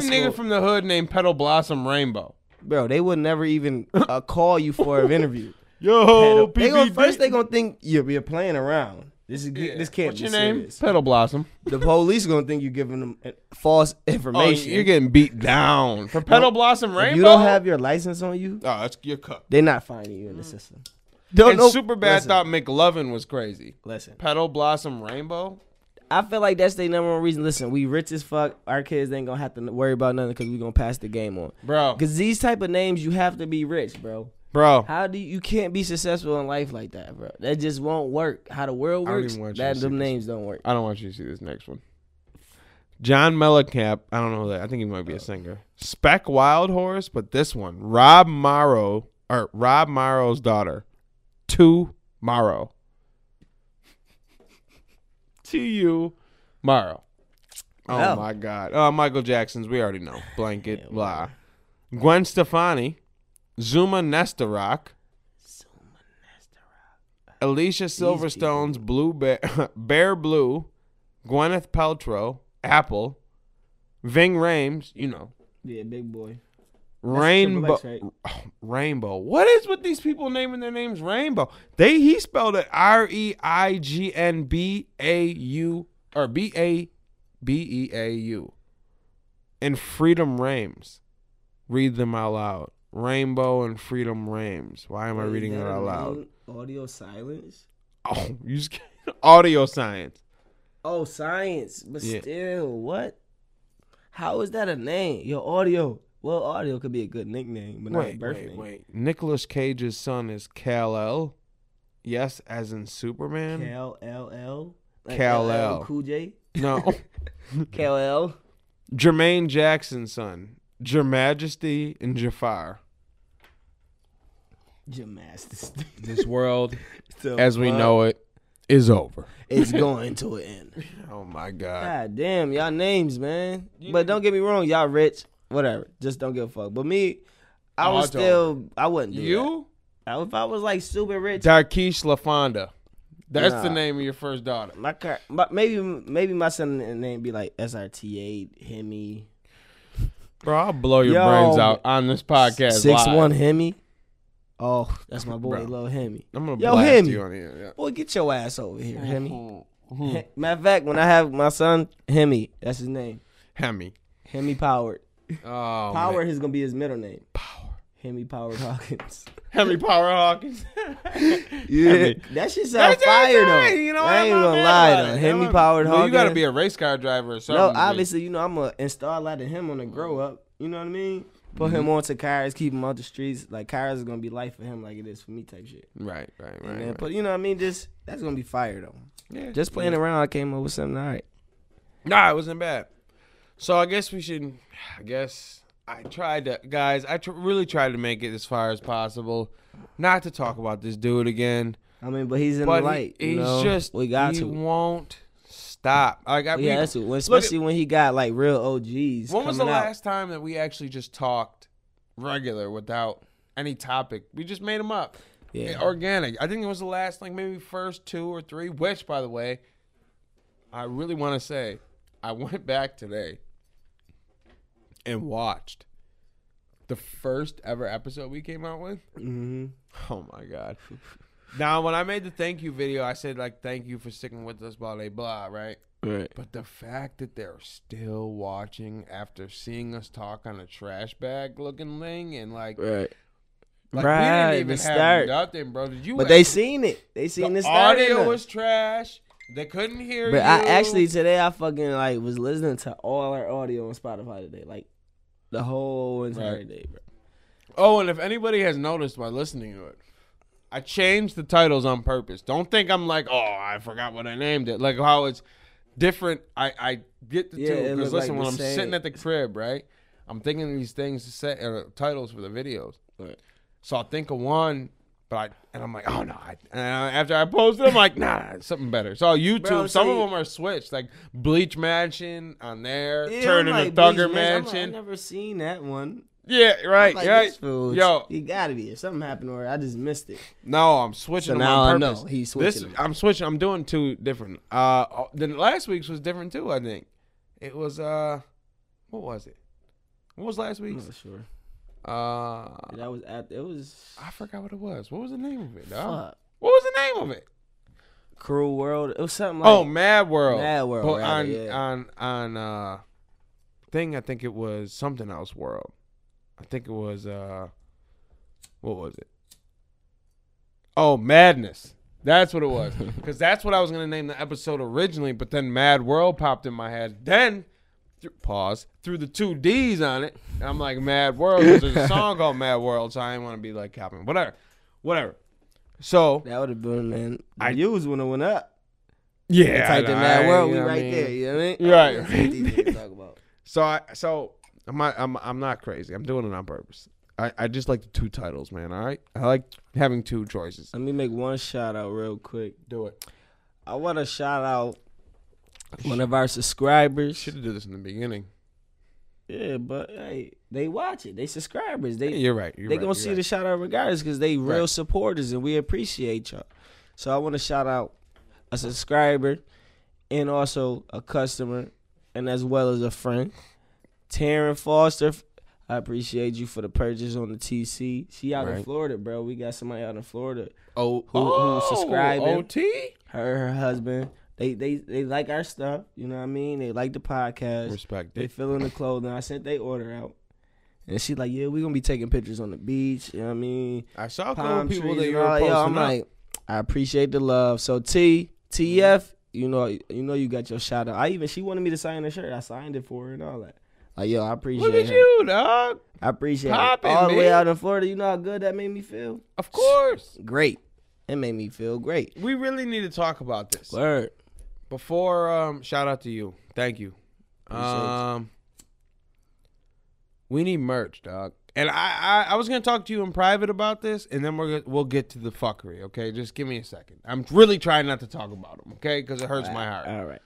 successful.
a nigga from the hood named Petal Blossom Rainbow.
Bro, they would never even uh, call you for an interview.
Yo,
they gonna, first they gonna think you're, you're playing around. This is this can't
What's
be
your name?
serious.
Petal Blossom.
The police gonna think you're giving them uh, false
Oh,
information.
you're getting beat down for Petal Blossom Rainbow.
if you don't have your license on you,
Oh, that's your cut.
they're not finding you in
Mm.
the system. Don't
and
know-
super bad
listen,
thought McLovin was crazy.
Listen,
Petal Blossom Rainbow.
I feel like that's the number one reason. Listen, we rich as fuck. Our kids ain't gonna have to worry about nothing because we gonna pass the game on.
Bro,
Because these type of names, you have to be rich, bro.
bro,
How do you, you can't be successful in life like that, bro? That just won't work. How the world
I don't
works,
even want you
that
to
them
see this.
names don't work.
I don't want you to see this next one. John Mellencamp, I don't know who that. I think he might be a singer. Spec Wild Horse, but this one, Rob Morrow or Rob Morrow's daughter, Two Morrow. T U Morrow. Oh
Wow.
my God! Oh, Michael Jackson's. We already know. Blanket
Yeah,
blah. Gwen Stefani, Zuma Nestarock, Alicia Silverstone's Blue Bear, Bear Blue, Gwyneth Paltrow, Apple, Ving Rhames, you know,
Yeah, big boy.
Rainbow,
Triple X,
Rainbow. What is with these people naming their names Rainbow? They he spelled it R E I G N B A U or B A B E A U, and Freedom Rhames. Read them out loud. Rainbow and Freedom Rhames. Why am I reading it out loud?
Audio silence.
Oh, you just audio science.
Oh, science, but
Yeah.
still, what? How is that a name? Your audio. Well, audio could be a good nickname, but not a
Wait,
birth
wait,
name.
wait. Nicholas Cage's son is Kal El. Yes, as in Superman.
Cal L L.
Kal-El.
Cool J.
No,
Cal L.
Jermaine Jackson's son, Your Majesty and Jafar.
Gymnastics.
This world,
So,
as we
uh,
know it, is over.
it's going to an end.
Oh my God!
God damn, y'all names, man. But don't get me wrong, y'all rich, whatever. Just don't give a fuck. But me, I
Oh,
was
I don't.
still, I wouldn't do that.
You,
I- If I was like super rich,
Darkeesh Lafonda. That's the
Nah.
name of your first daughter.
my car, my, maybe maybe my son name be like SRT8 Hemi
Bro, I'll blow your
Yo,
brains out on this podcast.
six
live.
one Hemi. Oh, that's my boy,
Bro.
little Hemi.
I'm gonna
Yo,
blast
him.
you on here.
Boy, get your ass over here,
Yeah.
Hemi. Matter of fact, when I have my son Hemi, that's his name,
Hemi.
Hemi Powered.
Oh,
Power
man.
is gonna be his middle name. Power. Hemi Power Hawkins.
Henry Power Hawkins.
Yeah.
That shit sound
That's
fire though.
insane, you know,
I
I'm
ain't
not
gonna
mad
lie
about
though.
it.
Hemi
I'm-
Powered
Well,
Hawkins.
you got to be a race car driver or
No,
something.
obviously, you know, I'm going to install that in him on the grow up. You know what I mean? Put
Mm-hmm.
him on to Kyra's, keep him out the streets. Like, Kyra's is going to be life for him like it is for me type shit.
Right, right,
And
right.
then,
right.
But you know what I mean? Just, that's going to be fire, though.
Yeah.
Just playing around, I came up with something. All right.
Nah, it wasn't bad. So I guess we should. I guess I tried to, guys. I tr- really tried to make it as far as possible, not to talk about this dude again.
I mean, but he's in
But
the light.
he,
you
he's
know?
just
We got
he
to.
won't stop. Like I,
We
we-
got to. When-
look at-
Especially when he got, like, real OGs.
When was the
coming out.
last time that we actually just talked regular without any topic? We just made them up.
Yeah.
Organic. I think it was the last, like maybe first two or three, which, by the way, I really want to say, I went back today and watched the first ever episode we came out with.
hmm
Oh my god. Now, when I made the thank you video, I said like, "Thank you for sticking with us," blah blah blah, right?
Right.
But the fact that they're still watching after seeing us talk on a trash bag looking thing and like,
Right.
like
Right,
we
the
didn't even have
start.
nothing, bro. Did you?
But they seen it. They seen this
the
start in
audio
us.
was trash. They couldn't hear
But
you.
I actually today I fucking like was listening to all our audio on Spotify today, like the whole entire
Right.
day, bro.
Oh, and if anybody has noticed by listening to it, I changed the titles on purpose. Don't think I'm like, oh, I forgot what I named it. Like how it's different. I I get the
Yeah,
two
it
because
looked
listen,
like
when
the
I'm
same.
sitting at the crib, right, I'm thinking of these things to set uh, titles for the videos.
Right.
So I think of one. But I and I'm like, oh no! I, and I- after I posted, I'm like, nah, it's something better. So YouTube,
Bro,
some of
see-
them are switched, like Bleach Mansion on there,
Yeah,
Turn
I'm
into
like,
Thugger
"Bitch, man, I'm like,
Mansion.
I never seen that one.
yeah, right,
Like,
right.
this fool,
Yo,
he gotta be. If something happened or I just missed it.
No, I'm switching
So
them
now I
on
know
purpose.
he's
This-
switching them.
I'm switching. I'm doing two different. Uh, oh, then last week's was different too. I think it was. Uh, what was it? What was last
I'm
week's?
not sure.
Uh,
That was after. It was
I forgot what it was. What was the name of it? dog?
fuck.
What was the name of it?
Cruel World. It was something like
oh, Mad World.
Mad World,
But
rather,
on
yeah.
on on uh, thing I think it was something else world. I think it was uh, what was it? Oh, Madness. That's what it was. Because that's what I was gonna name the episode originally, but then Mad World popped in my head. Then. th- Pause. Threw the two D's on it, and I'm like Mad World. 'cause There's a song called Mad World, so I didn't want to be like copying. Whatever, whatever. So
that would have been man.
I-
I used when it went up.
yeah,
Typed in
I-
that
I-
world,
you
we
know what I
right
mean?
there. You know what I mean?
Right,
That's what these
right.
niggas talk about.
So I so I'm not, I'm I'm not crazy. I'm doing it on purpose. I, I just like the two titles, man. All right, I like having two choices.
Let me make one shout out real quick.
Do it.
I want to shout out one of our subscribers.
Should have did this in the beginning.
Yeah, but hey, they watch it. They subscribers. They
You're right. You're
they
right,
gonna
you're
see
right.
the shout out regardless because they real
Right.
supporters and we appreciate y'all. So I want to shout out a subscriber and also a customer and as well as a friend, Taryn Foster. I appreciate you for the purchase on the TC. She out in
Right.
Florida, bro. We got somebody out in Florida.
Oh,
who
oh,
subscribing.
OT.
Her, her husband. They they they like our stuff. You know what I mean? They like the podcast.
Respect
They
it.
filling the clothing. I sent they order out. And she like, yeah, we gonna be taking pictures on the beach. You know what I mean?
I saw a couple
Palm trees.
people that
and
you
all
were
that.
posting.
Yo, I'm
up.
like, I appreciate the love. So T, TF, you know, you know, you got your shout out. I even she wanted me to sign her shirt. I signed it for her and all that. Like, yo, I appreciate
look at
her.
you, dog.
I appreciate
Poppin',
it. All the way
man.
out in Florida. You know how good that made me feel?
Of course,
Great. It made me feel great.
we really need to talk about this.
Word.
Before, um, shout out to you. Thank you.
Appreciate you.
Um, we need merch, dog. And I, I, I was gonna talk to you in private about this, and then we're gonna, we'll get to the fuckery. Okay, just give me a second. I'm really trying not to talk about them. Okay, because it hurts my heart.
All right.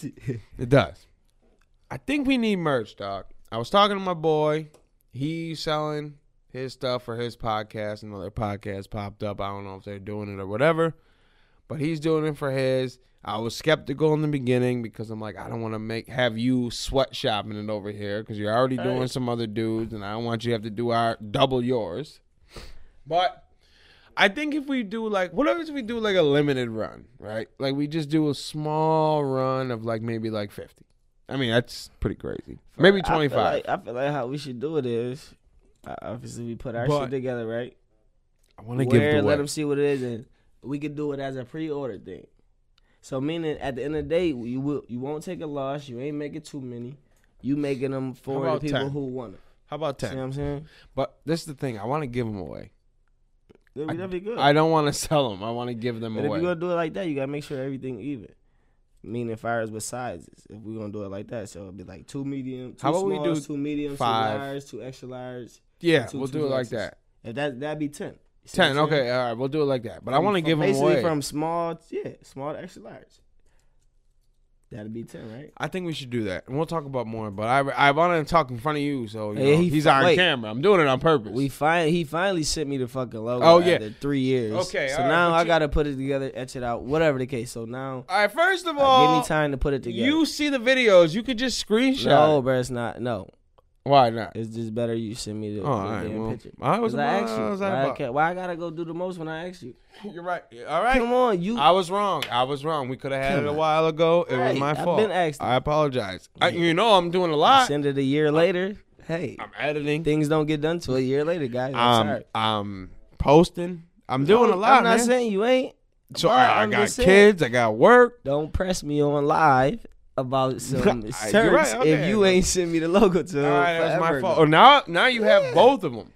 It does. I think we need merch, dog. I was talking to my boy. He's selling his stuff for his podcast. Another podcast popped up. I don't know if they're doing it or whatever, but he's doing it for his. I was skeptical in the beginning because I'm like, I don't want to make have you sweat shopping it over here because you're already doing some other dudes, and I don't want you to have to do our double yours. But I think if we do like, what if we do like a limited run, right? Like we just do a small run of like maybe like 50. I mean, that's pretty crazy. Maybe
I feel
25.
like- I feel like, how we should do it is, uh, obviously we put our
But-
shit together, right?
I want to give
Where
the
let
what?
them see what it is, and we could do it as a pre-order thing. So meaning, at the end of the day, you will you won't take a loss. You ain't making too many. You making them for the
about
people
10?
who want it.
How about
See
10?
what I'm saying?
But this is the thing. I want to give them away.
That'd be, that'd be good.
I don't want to sell them. I want to give them
but if
away.
you're gonna do it like that, you gotta make sure everything even. Meaning fires with sizes. If we're gonna do it like that, so it'd be like two medium, two
How about we
smalls,
do
two mediums,
five?
two large, two extra large.
yeah,
two-
we'll
two
do it like
boxes.
that.
If that that'd be ten. You see what
10.
I'm saying?
Okay, all right. We'll do it like that. But I
From-
want to
from
give them
basically
away.
from small, yeah, small to extra large. That'd be ten, right?
I think we should do that. And we'll talk about more. But I, I want to talk in front of you. So you
Hey,
know,
he-
he's on
wait.
camera. I'm doing it on purpose.
We find he finally sent me the fucking logo.
Oh, yeah.
after three years.
Okay,
so
all right,
now
but
I
you-
gotta put it together, etch it out, whatever the case. So now
all right, first of
uh, give
all,
me time to put it together.
you see the videos. You could just screenshot.
no,
it.
bro, it's not. No,
Why not?
it's just better you send me the,
Oh, all
the
right.
damn
Well,
picture.
I was
'Cause I
about-
asked
I
you.
was
Why I,
about-
can't, why I gotta go do the most when I ask you?
You're right. All right.
Come on, you.
I was wrong. I was wrong. We could have had it a while ago. It
Right.
was my
I've
fault.
been asked.
I apologize. I, you know I'm doing a lot.
send it a year later. Hey,
I'm editing.
things don't get done till a year later, guys. I'm
I'm
sorry.
I'm posting. I'm doing a lot,
I'm not
man.
saying you ain't.
so
but
I, I
I'm
got
just saying-
kids. I got work.
Don't press me on live about some
You're
shirts
right,
if
okay.
you ain't send me the logo to.
All right, that's my
forever
fault.
ago.
Oh, now now you have both of them.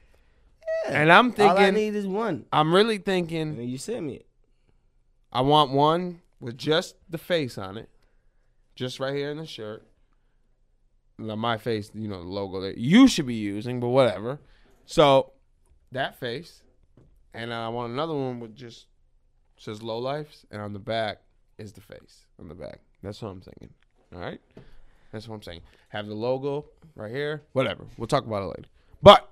And I'm
All I
thinking.
need is one,
I'm really thinking.
and you send me it.
I want one with just the face on it, just right here in the shirt. Now, my face, you know, the logo that you should be using, but whatever. So that face, and I want another one with just says low lifes, and on the back is the face on the back. That's what I'm thinking. All right, that's what I'm saying. Have the logo right here. Whatever. We'll talk about it later. But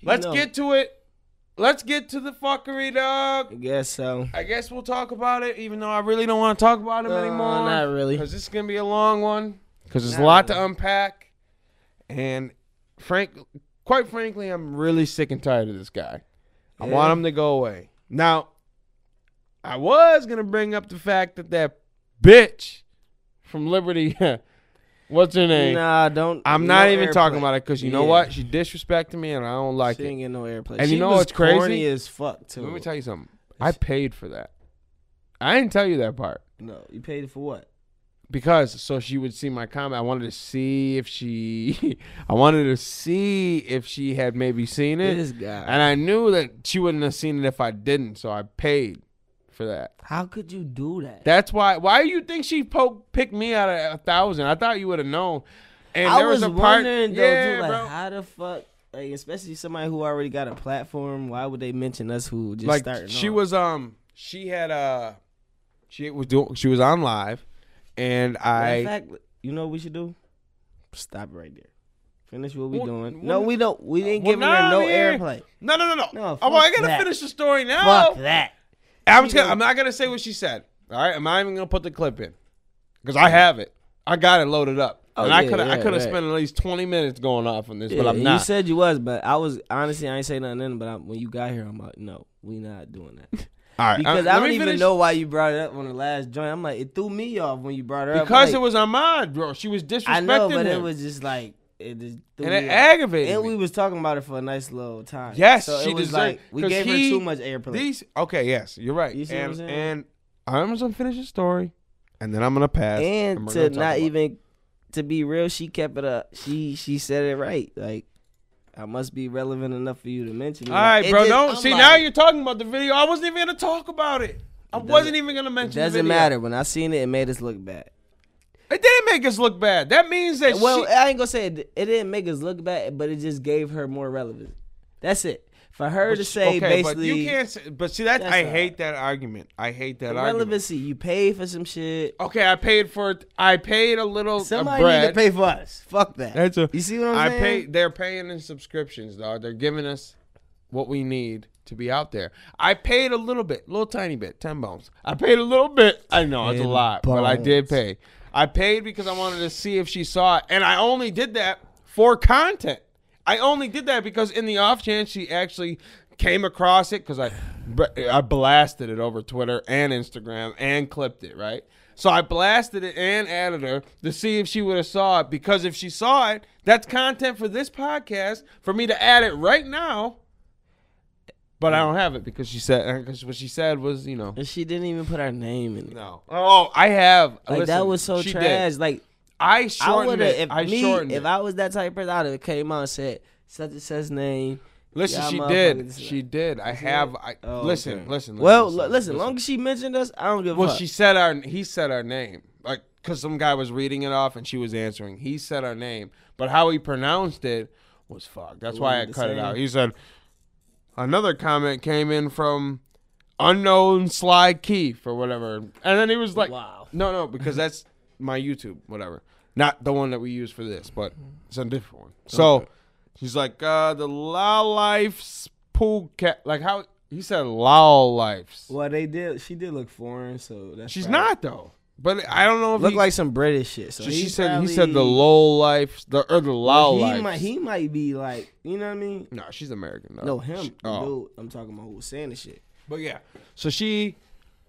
You
let's
know.
get to it. Let's get to the fuckery, dog.
I guess so.
I guess we'll talk about it, even though I really don't want to talk about him
Uh,
anymore.
not really.
Because this is gonna be a long one. Because there's a
Not
lot
really.
to unpack, and Frank, quite frankly, I'm really sick and tired of this guy. I
Yeah.
want him to go away. Now, I was gonna bring up the fact that that bitch from Liberty, what's her name?
Nah, don't.
I'm
no
not even
airplay.
talking about it because you know
Yeah.
what? She disrespected me, and I don't like
she
it.
didn't get no airplay.
And
she
you know
was
what's crazy?
Corny as fuck too.
Let me tell you something. I paid for that. I didn't tell you that part.
No, you paid for what?
because so she would see my comment. I wanted to see if she, I wanted to see if she had maybe seen it,
This guy.
and I knew that she wouldn't have seen it if I didn't. So I paid for that.
How could you do that?
That's why. Why do you think she poke picked me out of a thousand? I thought you would have known. And
I
there
was,
was, a part,
wondering though,
yeah,
dude, like
bro.
how the fuck, like especially somebody who already got a platform, why would they mention us who just
like
starting?
she
off?
was um she had uh she was doing she was on live, and
Matter
I
of fact, you know what we should do? Stop it right there. Finish what we
Well,
doing.
well,
no, we don't. We ain't
well,
giving her
nah,
no
yeah.
airplay.
no no no no.
No,
oh, well, I
fuck
gotta
that.
finish the story now.
Fuck that.
I'm just gonna, I'm not gonna say what she said. All right, I'm not even gonna put the clip in because I have it. I got it loaded up,
Oh,
and I
yeah,
could have I
yeah,
could have
right.
spent at least 20 minutes going off on this,
Yeah,
but I'm not.
You said you was, but I was honestly I ain't say nothing. Then, but I'm, when you got here, I'm like, no, we not doing that
All right,
because
uh,
I
let
don't
me
even
finish.
know why you brought it up on the last joint. I'm like, it threw me off when you brought her up.
because it
like,
was Ahmad, bro. She was disrespecting
I know, but
him,
it was just like it just threw
and
me
it
off.
aggravated
And
me.
we was talking about it for a nice little time.
Yes,
so
she
it was
deserved-
like we
'cause
gave
he-
her too much airplay.
These okay, yes, you're right.
You see what
and
I'm saying?
and I'm just gonna finish the story, and then I'm gonna pass.
and
we're
to
gonna talk
not
about-
even to be real, she kept it up. She she said it right. Like I must be relevant enough for you to mention. it.
All right,
It
bro.
just-
don't
I'm
see
like,
now. You're talking about the video. I wasn't even gonna talk about it. I
doesn't-
wasn't even gonna mention. the
Doesn't
video.
matter. When I seen it, it made us look bad.
It didn't make us look bad. That means that
Well,
she,
I ain't gonna say it, it didn't make us look bad, but it just gave her more relevance. That's it. For her to say basically
but you can't. Say, but see, that
That's
I
all
hate that argument. I hate that argument.
relevancy, you pay for some shit.
Okay, I paid for. it. I paid a little.
Somebody
of bread.
need to pay for us. Fuck that.
That's a-
you see what I'm
I
saying?
pay. They're paying in subscriptions, dog. They're giving us what we need to be out there. I paid a little bit, little tiny bit, ten bones. I paid a little bit. I know it's a
Ten
lot, but I did
bones.
pay. I paid because I wanted to see if she saw it, and I only did that for content. I only did that because in the off chance she actually came across it because I, I blasted it over Twitter and Instagram and clipped it, right? So I blasted it and added her to see if she would have saw it because if she saw it, that's content for this podcast for me to add it right now. But I don't have it because she said because what she said was you know
And she didn't even put her name in it.
no oh I have
Like
Listen,
that was so
she did.
trash. Like
I
I would
shortened
have
it
if
I
me
shortened
if
it.
I was that type of person, I'd have came out and said such and such name.
Listen,
Y'all
she
motherfuckers
did.
is
She did. I
it?
have. I
Oh,
listen,
okay.
listen.
well, li- listen, long as she mentioned us, I don't give a
Well,
fuck.
she said our. He said our name. Like, cause some guy was reading it off and she was answering. He said our name, but how he pronounced it was fucked. That's why I
Wasn't the
cut it
same.
out. He said. Another comment came in from unknown Sly Keefe or whatever, and then he was like,
Wow.
"No, no, because that's my YouTube, whatever, not the one that we use for this, but it's a different one." So. He's like, uh, the La Life's pool cat. Like how he said, La Life's.
well, they did. She did look foreign, so that's
She's
probably-
not though. But I don't know if
Look
he,
like some British shit. So
she
he's
said. He said the
probably-
Low Life's, the or the La
he
Life's.
might he might be like you know what I mean.
no, she's American though.
No, him.
She- oh,
Dude, I'm talking about who was saying the shit.
but yeah. So she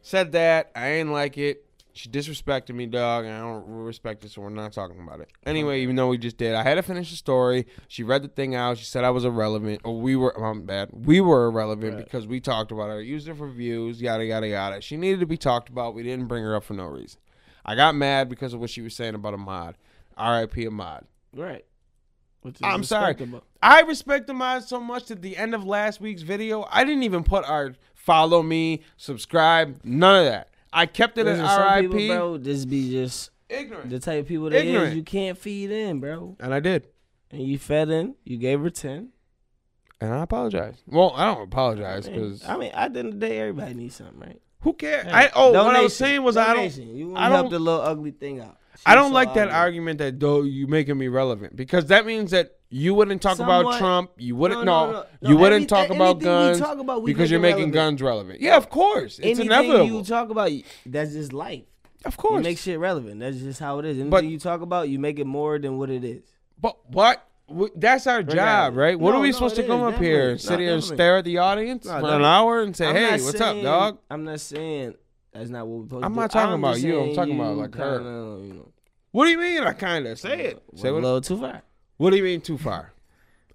said that I ain't like it. She disrespected me, dog, and I don't respect it, so we're not talking about it. Anyway, even though we just did, I had to finish the story. She read the thing out. She said I was irrelevant, or we were. I'm bad. We were irrelevant because we talked about her. Used her for views, yada yada yada. She needed to be talked about. We didn't bring her up for no reason. I got mad because of what she was saying about Ahmad. R.I.P. Ahmad.
Right. Which is
I'm sorry.
respectable.
I respect Ahmad so much that the end of last week's video, I didn't even put our follow me, subscribe, none of that. I kept it as
Listen, some people,
RIP.
bro, just be just
Ignorant.
the type of people they
Ignorant.
is. You can't feed in, bro.
And I did.
And you fed in. You gave her ten.
And I apologize. Well, I don't apologize
I mean,
because
I mean, at the end of the day, everybody needs something, right?
who cares? I, oh, what I
Donation.
was saying was I
Donation.
don't.
You wanna
I
help
don't.
the little ugly thing out. She
I don't
so
like that
ugly.
argument that though you making me relevant because that means that you wouldn't talk about
Somewhat.
Trump. You wouldn't
No,
know.
no, no, no.
you wouldn't
Anything-
talk about
anything we
guns
talk about, we
because
make
you're
it
making
relevant.
guns relevant. Yeah, of course. It's
Anything
inevitable.
you talk about, that's just life.
of
You
course.
make shit relevant. That's just how it is. Anything
But-
you talk about, you make it more than what it is.
But what? wh- That's our job, right? What
No,
are we
no,
supposed to
it
come
is,
up here
definitely.
and sit
No,
here and
definitely.
stare at the audience
No,
for an
definitely.
hour and say,
I'm
"Hey,
not
what's
saying-
up, dog?"
I'm not saying that's not what we're supposed
I'm
to
not
do.
talking about
just
you. I'm
saying
talking about,
you
like, her.
kinda, you know,
What do you mean? I kind of say it. Say
went a
what?
little too far.
What do you mean too far?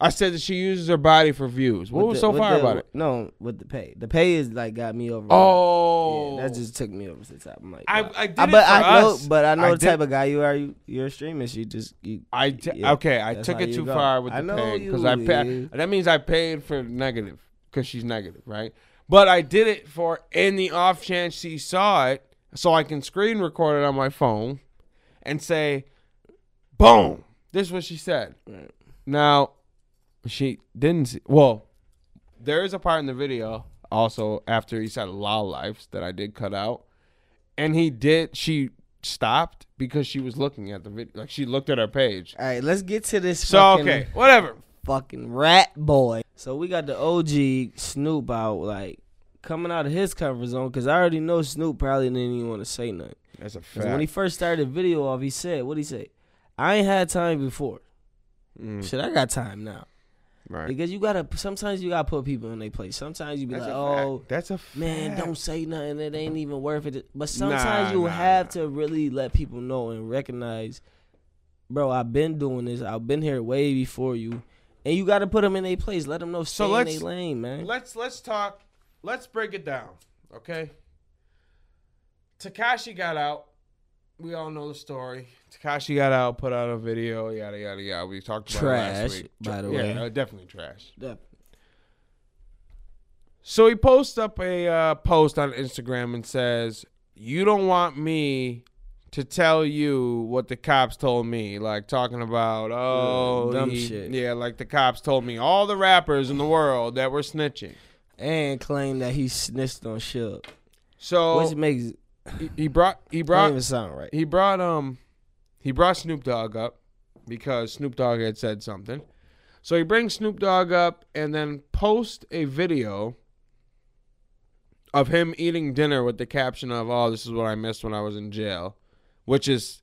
I said that she uses her body for views. What
With
was
the-
so
with
far
the-
about it?
No, with the pay. The pay is like got me over.
Oh,
Yeah, that just took me over to the top. I'm like,
I-
wow.
I did
Uh,
it
but
for
I know,
us.
but I know
I
the
did-
type of guy you are. You, you're a streamer. so You just you.
I t-
Yeah,
okay. I
that's
took
how
it
you
too
go.
far with
I
the
know
pay because I
you
paid.
is.
That means I paid for negative because she's negative, right? But I did it for in the off chance she saw it, so I can screen record it on my phone and say, "Boom! This is what she said."
Right.
Now, she didn't. See, well, there is a part in the video also after he said "La Lives" that I did cut out, and he did. She stopped because she was looking at the video. Like she looked at her page.
All right, let's get to this.
So
fucking,
okay, whatever.
fucking rat boy. So we got the OG Snoop out, like coming out of his comfort zone because I already know Snoop probably didn't even want to say nothing.
That's a
'Cause when he first started the video off, he said, "What he say? I ain't had time before.
Mm,
Shit, I got time now
right.
because you gotta. Sometimes you gotta put people in their place. Sometimes you be
That's
like,
a
oh."
fact. That's a
Man,
fact.
don't say nothing. It ain't even worth it. But sometimes
Nah,
you
nah,
have
nah.
to really let people know and recognize, bro. I've been doing this. I've been here way before you, and you got to put them in their place. Let them know stay in
let's-
their lane, man.
Let's let's talk. Let's break it down. Okay. Takashi got out. We all know the story. Takashi got out, put out a video, yada yada yada. We talked about it last
Trash,
week.
by the
yeah,
way.
uh, definitely trash.
Def-
So he posts up a uh, post on Instagram and says, "You don't want me to tell you what the cops told me." Like talking about, oh,
dumb
he-
shit.
Yeah, like the cops told me all the rappers in the world that were snitching.
And claim that he snitched on Shug, which
So
makes it
he, he brought he
don't
brought
even sound right.
he brought um he brought Snoop Dogg up because Snoop Dogg had said something. So he brings Snoop Dogg up and then posts a video of him eating dinner with the caption of "Oh, this is what I missed when I was in jail," which is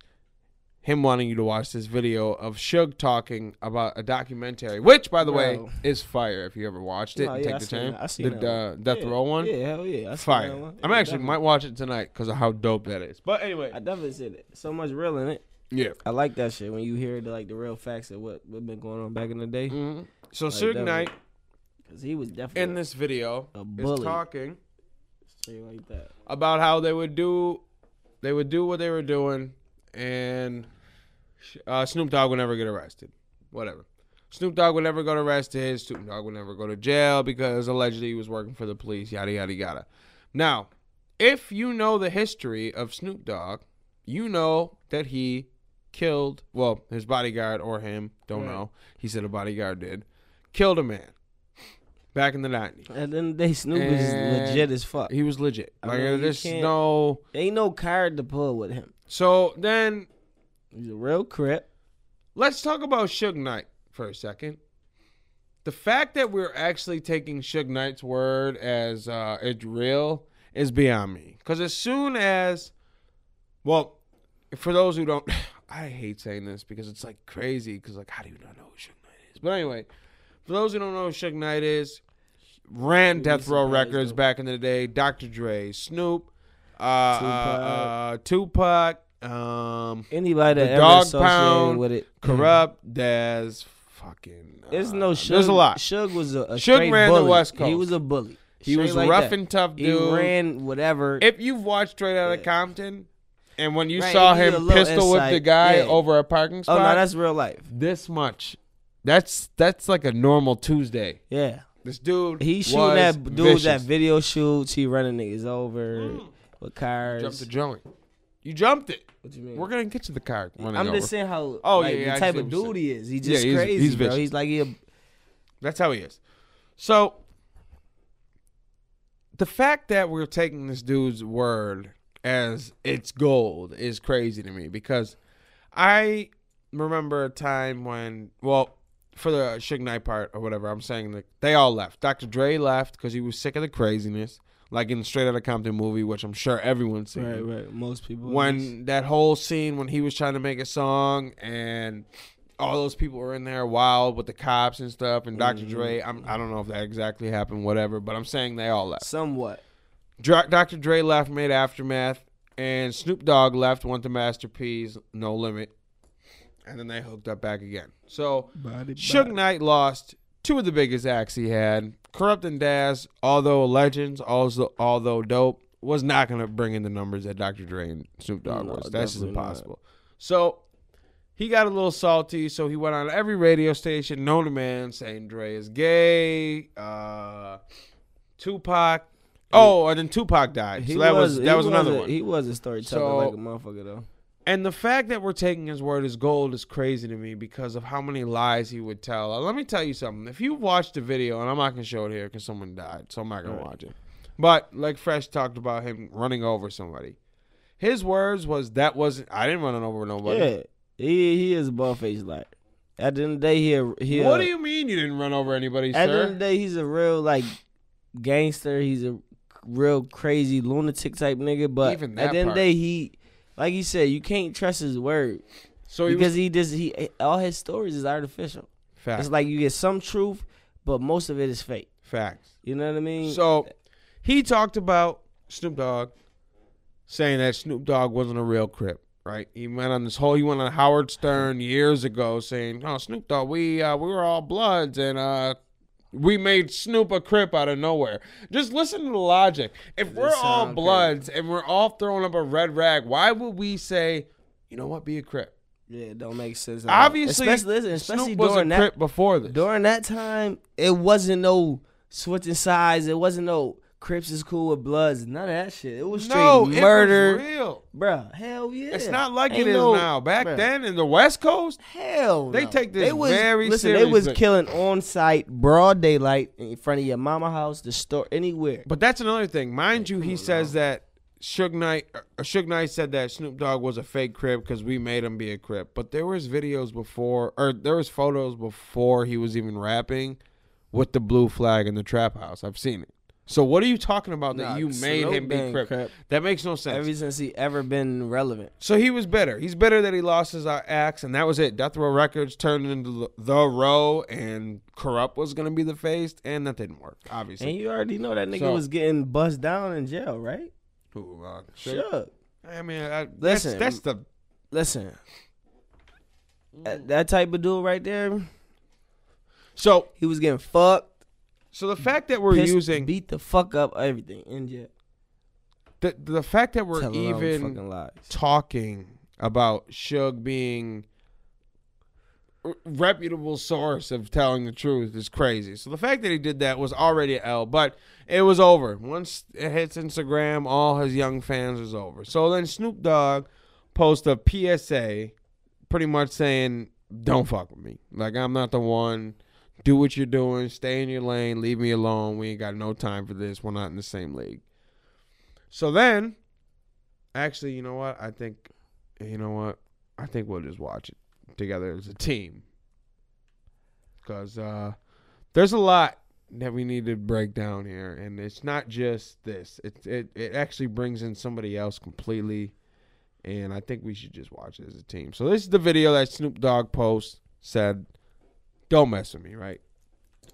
him wanting you to watch this video of Suge talking about a documentary, which, by the way,
Bro.
is fire. If you ever watched it,
No,
and
yeah,
take
I
the
seen
time,
that. I seen
the
that one.
uh, Death
yeah.
Row one,
Yeah, hell yeah. I seen
fire.
that one.
I'm
Yeah,
actually
definitely.
might watch it tonight because of how dope that is. But anyway,
I definitely seen it. So much real in it.
yeah.
I like that shit when you hear the, like the real facts of what what been going on back in the day.
hmm So
Mm-hmm. Like,
Suge
that
Knight
Cause he was definitely
in this video
A
is
bully.
talking
Say like that.
about how they would do they would do what they were doing and uh, Snoop Dogg would never get arrested. Whatever. Snoop Dogg would never get arrested. Snoop Dogg would never go to jail because allegedly he was working for the police, yada, yada, yada. Now, if you know the history of Snoop Dogg, you know that he killed, well, his bodyguard or him, don't
Right.
know. He said a bodyguard did, killed a man back in the 90s.
At the end of the day, Snoop is
And-
legit as fuck.
He was legit.
I
Like,
mean, you
there's
can't-
no.
Ain't no card to pull with him.
So then
He's a real crip.
let's talk about Suge Knight for a second. The fact that we're actually taking Suge Knight's word as uh, it's real is beyond me. Because as soon as, well, for those who don't, I hate saying this because it's like crazy. Because like, how do you not know who Suge Knight is? But anyway, for those who don't know who Suge Knight is, ran
be
Death Row
surprised,
Records
though.
back in the day. Dr. Dre, Snoop, uh, uh, uh, Tupac, um,
Anybody that
The
ever
dog
associated
pound,
with it,
corrupt, Daz, fucking. uh,
There's no Suge.
There's a lot.
Suge was a, a
Suge
straight
ran the
bully.
West
He
Coast.
was a bully.
he
Straight
was
like
rough
that.
and tough,
He
dude.
ran whatever.
if you've watched Straight Outta
Yeah.
Compton, and when you
Right,
saw
it gives you a
him
little
pistol whip the
insight.
guy
Yeah.
over a parking
oh
spot,
no, that's real life.
this much. That's that's like a normal Tuesday.
Yeah,
This dude,
he shooting
was
that dude that
vicious. Mm.
video shoots. He running niggas over with cars.
jumped the joint. You jumped it.
what you mean?
We're gonna get to the car. Running
I'm
over.
just saying how
Oh,
oh like,
yeah, yeah, I
the type
see
of
what you're
dude
saying.
he is. He's
Yeah,
just
he's-
crazy,
he's
bro.
vicious.
He's like he a,
That's how he is. So the fact that we're taking this dude's word as it's gold is crazy to me because I remember a time when, well, for the Suge Knight part or whatever, I'm saying that they all left. Dr. Dre left because he was sick of the craziness, like in the Straight Outta Compton movie, which I'm sure everyone's seen
right, right. Most people
when that whole scene when he was trying to make a song and all those people were in there wild with the cops and stuff and doctor Dre. I'm, I don't know if that exactly happened, whatever, but I'm saying they all left.
somewhat.
Dr. Dr. Dre left, made Aftermath, and Snoop Dogg left, went to Master P's No Limit, and then they hooked up back again. So Suge Knight lost two of the biggest acts he had. Corrupt and Daz, although legends, also although dope, was not gonna bring in the numbers that Dr. Dre and Snoop Dogg
No,
was. That's just
definitely not.
impossible. So he got a little salty, so he went on every radio station known to man saying Dre is gay, uh, Tupac. Oh, and then Tupac died. So that was, that
he
was another
a,
one.
He was a storyteller
So-
like a motherfucker though.
And the fact that we're taking his word as gold is crazy to me because of how many lies he would tell. Uh, Let me tell you something. If you watch the video, and I'm not going to show it here because someone died, so I'm not going
Right.
to watch it. But like Fresh talked about him running over somebody. His words was that wasn't I didn't run over nobody.
Yeah, he he is a bald faced liar. At the end of the day, he a, he.
What
a,
do you mean you didn't run over anybody,
At the end
sir?
of the day, he's a real like gangster. He's a real crazy lunatic type nigga. But
Even
at
that
the
part.
end of the day, he like he said, you can't trust his word
so he
because
was
he just he all his stories is artificial.
fact,
It's like you get some truth, but most of it is fake.
facts.
You know what I mean?
So he talked about Snoop Dogg saying that Snoop Dogg wasn't a real crip, right? He went on this whole he went on Howard Stern years ago saying, "Oh, Snoop Dogg, we uh, we were all bloods and uh we made Snoop a crip out of nowhere. Just listen to the logic. If we're all
sound
bloods and we're all throwing up a red rag, why would we say, you know what, be a crip?
yeah, it don't make sense. at all.
Obviously,
especially, listen, especially
Snoop was
during
a
that
crip before this.
during that time, it wasn't no switching sides. It wasn't no Crips is cool with Bloods. None of that shit. It was straight
no, it was
murder.
real.
Bruh, hell yeah.
It's not like
Ain't
it is
no-
now. Back
bruh,
then in the West Coast,
hell,
They
no.
take this
They was,
very
listen. They was
seriously.
killing on site, broad daylight, in front of your mama house, the store, anywhere.
But that's another thing, mind you. He says that Suge Knight, uh, Suge Knight said that Snoop Dogg was a fake crib because we made him be a crib. But there was videos before, or there was photos before he was even rapping with the blue flag in the trap house. I've seen it. So what are you talking about that
Nah,
you made
Slope
him be
been
crip?
crip.
That makes no sense.
Ever since he ever been relevant,
so he was better. He's better that he lost his uh, axe, and that was it. Death Row Records turned into the- the row, and corrupt was gonna be the face, and that didn't work.
and
Obviously,
you already know that nigga
So-
was getting bust down in jail, right?
Ooh, uh,
Sure.
I mean, I, that's,
Listen.
that's the
Listen,
Mm.
that, that type of dude right there,
so
he was getting fucked.
so the fact that we're
pissed,
using
beat the fuck up everything in jail.
the the fact that we're
Telling all the
even
fucking lies.
talking about Suge being a reputable source of telling the truth is crazy. So the fact that he did that was already an L, but it was over. Once it hits Instagram, all his young fans was over. So then Snoop Dogg posts a PSA pretty much saying, Don't fuck with me. Like I'm not the one. Do what you're doing. Stay in your lane. Leave me alone. We ain't got no time for this. We're not in the same league. So then Actually, you know what? I think, you know what? I think we'll just watch it together as a team. Because uh, there's a lot that we need to break down here, and it's not just this. It it it actually brings in somebody else completely, and I think we should just watch it as a team. So this is the video that Snoop Dogg post said, "Don't mess with me," right?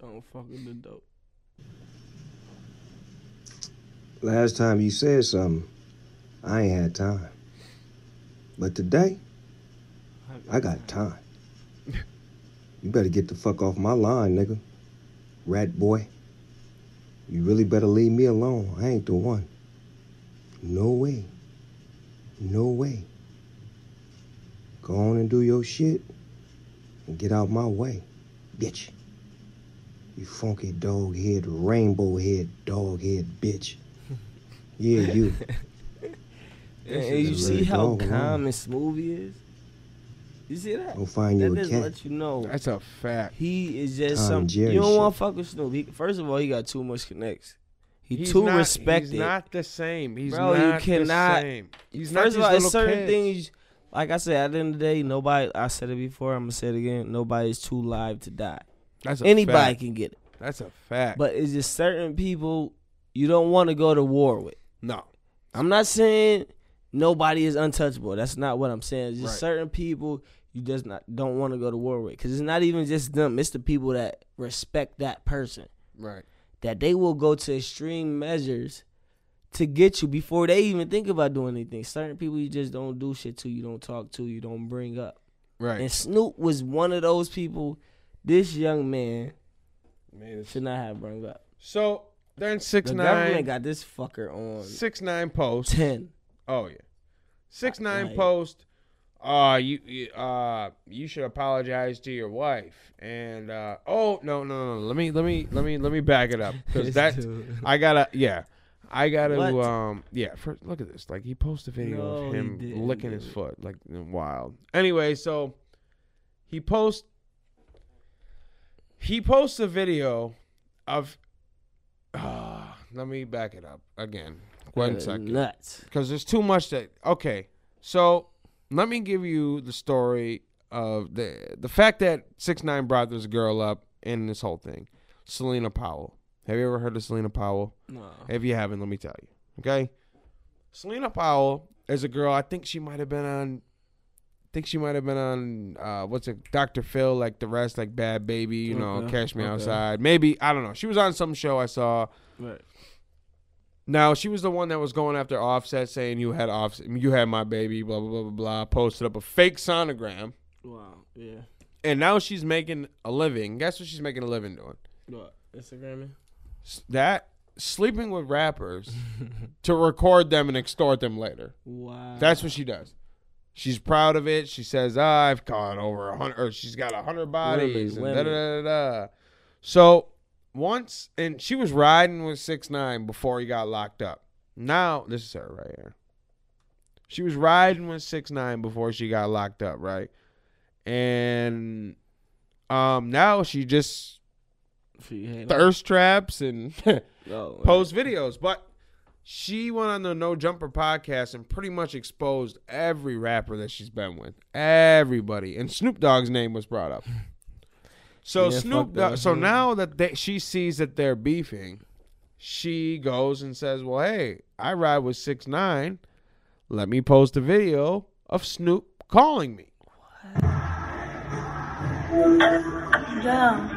Oh,
Don't fuck with the dope.
Last time you said something, I ain't had time. But today, I got time. You better get the fuck off my line, nigga. Rat boy. You really better leave me alone. I ain't the one. No way. No way. Go on and do your shit and get out my way, bitch. You funky dog head, rainbow head, dog head, bitch. Yeah, you.
And,
This
and
is
you
a
see
really
how
dog, huh? Oh,
calm and smooth he is. You see that?
Go find
That
you a
just
cat.
let you know
That's a fact.
he is just
Tom
some.
and Jerry
You don't
shit.
want to fuck with Snoop. He, first of all, he got too much connects. He
He's
too
not-
respected.
He's not the same. He's
Bro, you
not
cannot-
the same. He's not
First
these
of all, it's
little
certain
kids.
things. Like I said, at the end of the day, nobody. I said it before. I'm gonna say it again. Nobody's too live to die.
That's a
Anybody
fact.
can get it,
That's a fact.
but it's just certain people you don't want to go to war with.
no,
I'm not saying nobody is untouchable. That's not what I'm saying. It's just
Right.
certain people you just not don't want to go to war with because it's not even just them. It's the people that respect that person
right.
that they will go to extreme measures to get you before they even think about doing anything. Certain people you just don't do shit to, you don't talk to, you don't bring up.
Right.
And Snoop was one of those people. This young man should not have brought up.
so then six
The government
nine,
got this fucker on
six nine post.
ten.
Oh yeah, six nine
Right.
post. Uh, you- you uh you should apologize to your wife. And uh oh no no no let me let me let me let me back it up because
This
that
dude.
I gotta yeah. I gotta
What?
um yeah. First, look at this. Like he posted a video
No,
of
he
him
didn't
licking
do
his
it.
foot like wild. Anyway, so he posts he posts a video of. Uh, let me back it up again. One
Uh,
second
Nuts.
because there's too much that okay so let me give you the story of the the fact that six nine brought this girl up in this whole thing selena powell have you ever heard of selena powell
No.
if you haven't let me tell you okay selena powell is a girl i think she might have been on I think she might have been on uh, what's it, Dr. Phil, like the rest, like Bad Baby, you know,
Okay,
Cash Me
okay.
Outside. Maybe I don't know. She was on some show I saw.
Right.
Now she was the one that was going after Offset, saying you had Offset, you had my baby, blah blah blah blah blah. Posted up a fake sonogram,
Wow. Yeah.
and now she's making a living. Guess what she's making a living doing?
What? Instagramming?
S- That sleeping with rappers to record them and extort them later.
Wow.
That's what she does. She's proud of it. She says, "Ah, "I've caught over a hundred, or she's got a hundred bodies." and
Women,
da, da, da, da. So once, and she was riding with six nine before he got locked up. Now this is her right here. She was riding with six nine before she got locked up, right? And um, now she just thirst traps and
Oh,
post videos. But she went on the No Jumper podcast and pretty much exposed every rapper that she's been with, everybody. And Snoop Dogg's name was brought up. So
Yeah,
Snoop
fuck
Dogg.
that.
So now that they, she sees that they're beefing, she goes and says, "Well, hey, I ride with six nine. Let me post a video of Snoop calling me."
Yeah.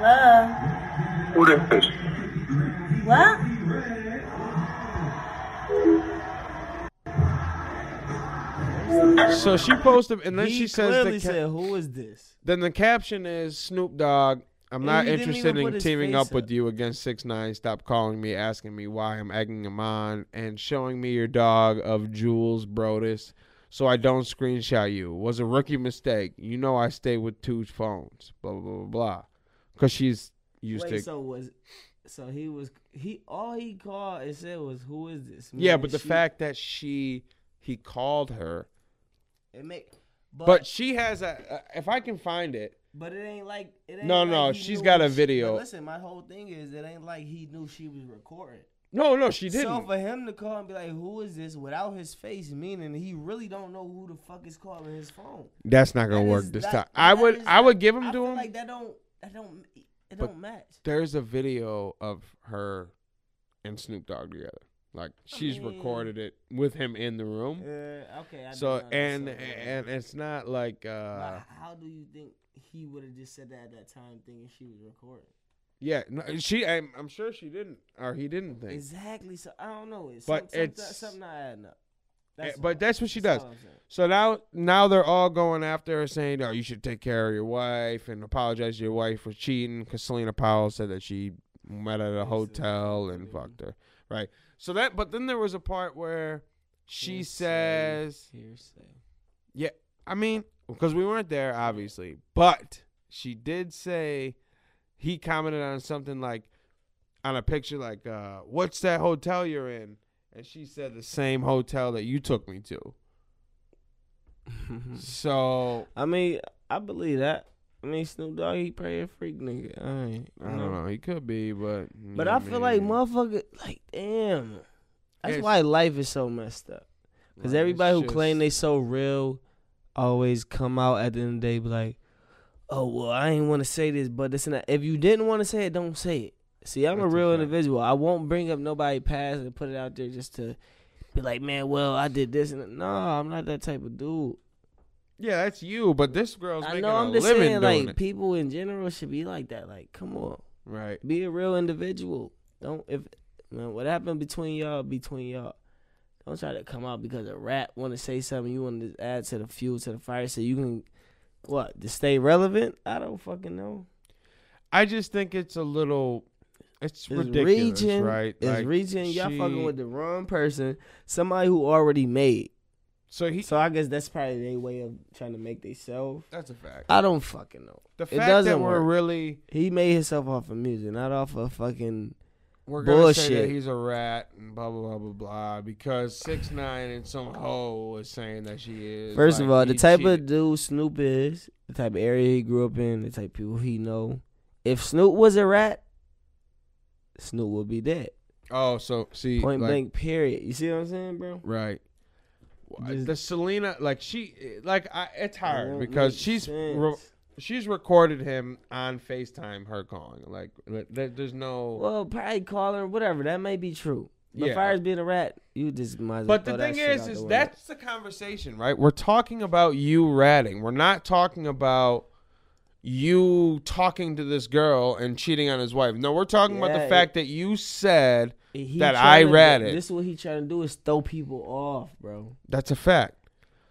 Love.
What is this?
What?
So she posted, and then
he
she says,
clearly
the ca-
said, "Who is this?"
"Then the caption is Snoop Dogg." I'm
And
not
he didn't
interested
even put
in
his
teaming
face
up with
up.
you against six nine. Stop calling me, asking me why I'm egging him on, and showing me your dog of Jules Brodus, so I don't screenshot you. Was a rookie mistake. You know I stay with two phones. Blah blah blah blah, blah. Because she's used
Wait,
to.
so was so he was he all he called and said was, "Who is this?"
yeah,
Man,
but the
she-
fact that she he called her,
it make,
but
but, but
she has a. If I can find it,
it ain't like it ain't
No,
like
no,
he
she's
knew
got
what
a
she- but
video.
listen, my whole thing is it ain't like he knew she was recording.
no, no, she didn't.
So for him to call and be like, "Who is this?" without his face, meaning he really don't know who the fuck is calling his phone.
That's not gonna
That
work
is
this
not-
time. I
that
would
is
I
not-
would give him
I
to
feel
him.
like that don't that don't it
But-
don't match.
There's a video of her and Snoop Dogg together. Like she's
mean-
recorded it with him in the room.
Yeah, okay. I
so
do know
and
this, so-
and it's not like uh
But how do you think he would have just said that at that time, thinking she was recording?
yeah no, she I'm, I'm sure she didn't or he didn't think.
Exactly. So I don't know. It's
But
some, some-
it's-
something not adding up.
Eh, but
all.
that's what she does.
all I'm saying.
So now now they're all going after her saying, "Oh, you should take care of your wife and apologize to your wife for cheating." Because Selena Powell said that she met at a hotel and fucked her, right? So that, but then there was a part where she says,
hearsay.
"Yeah, I mean, because we weren't there, obviously, but she did say he commented on something like on a picture like, uh, what's that hotel you're in?'" And she said the same hotel that you took me to.
Hmm.
So
I mean, I believe that. I mean, Snoop Dogg, he probably a freak nigga. I, ain't,
I don't know. He could be, but you
But
know
I
what
feel like
mean?
motherfucker, like damn, that's
It's-
why life is so messed up. Cause
Like,
everybody
it's
who claim
just-
they so real always come out at the end of the day be like, "Oh well, I ain't want to say this, but this and that." If you didn't want to say it, don't say it. See, I'm
That's
a
a
real
fact.
individual. I won't bring up nobody past and put it out there just to be like, "Man, well, I did this and that." no, I'm not that type of dude.
yeah, that's you. But this girl's
I
making
know.
a
I'm just
living
saying,
doing
like
it.
people in general should be like that. Like, come on
right?
be a real individual. Don't if man, what happened between y'all between y'all. Don't try to come out because a rat want to say something. You want to add to the fuel to the fire so you can what to stay relevant. I don't fucking know.
I just think it's a little, it's,
It's
ridiculous,
reaching,
right?
It's
Like,
reaching. Y'all
she-
fucking with the wrong person. Somebody who already made.
So he.
So I guess that's probably their way of trying to make themselves.
That's a fact.
I don't fucking know.
The
it
fact
doesn't
that we're
work.
really
He made himself off of music, not off of fucking.
we're gonna say that
Bullshit.
he's a rat and blah blah blah blah blah because six nine and some hoe is saying that she is.
First
like,
of all, the
he
type
cheated.
of dude Snoop is, the type of area he grew up in, the type of people he know. If Snoop was a rat, Snoop would be dead.
oh, so see,
Point
like,
blank. Period. You see what I'm saying, bro?
Right. Why-
Just-
the Selena, like she, like I, it's
It
hard
don't
because
make
she's re-
sense.
she's recorded him on Facetime, her calling. Like there, there's no.
well, probably calling her whatever. That may be true. But
Yeah.
far as being a rat, you just might. As well
but the
throw
thing
that shit
is,
out
is
the window.
that's the conversation, right? We're talking about you ratting. We're not talking about you talking to this girl and cheating on his wife. No, we're talking about the
Yeah,
fact that you said
He
that
tryna-
I read it.
This is what he trying to do is throw people off, bro.
that's a fact.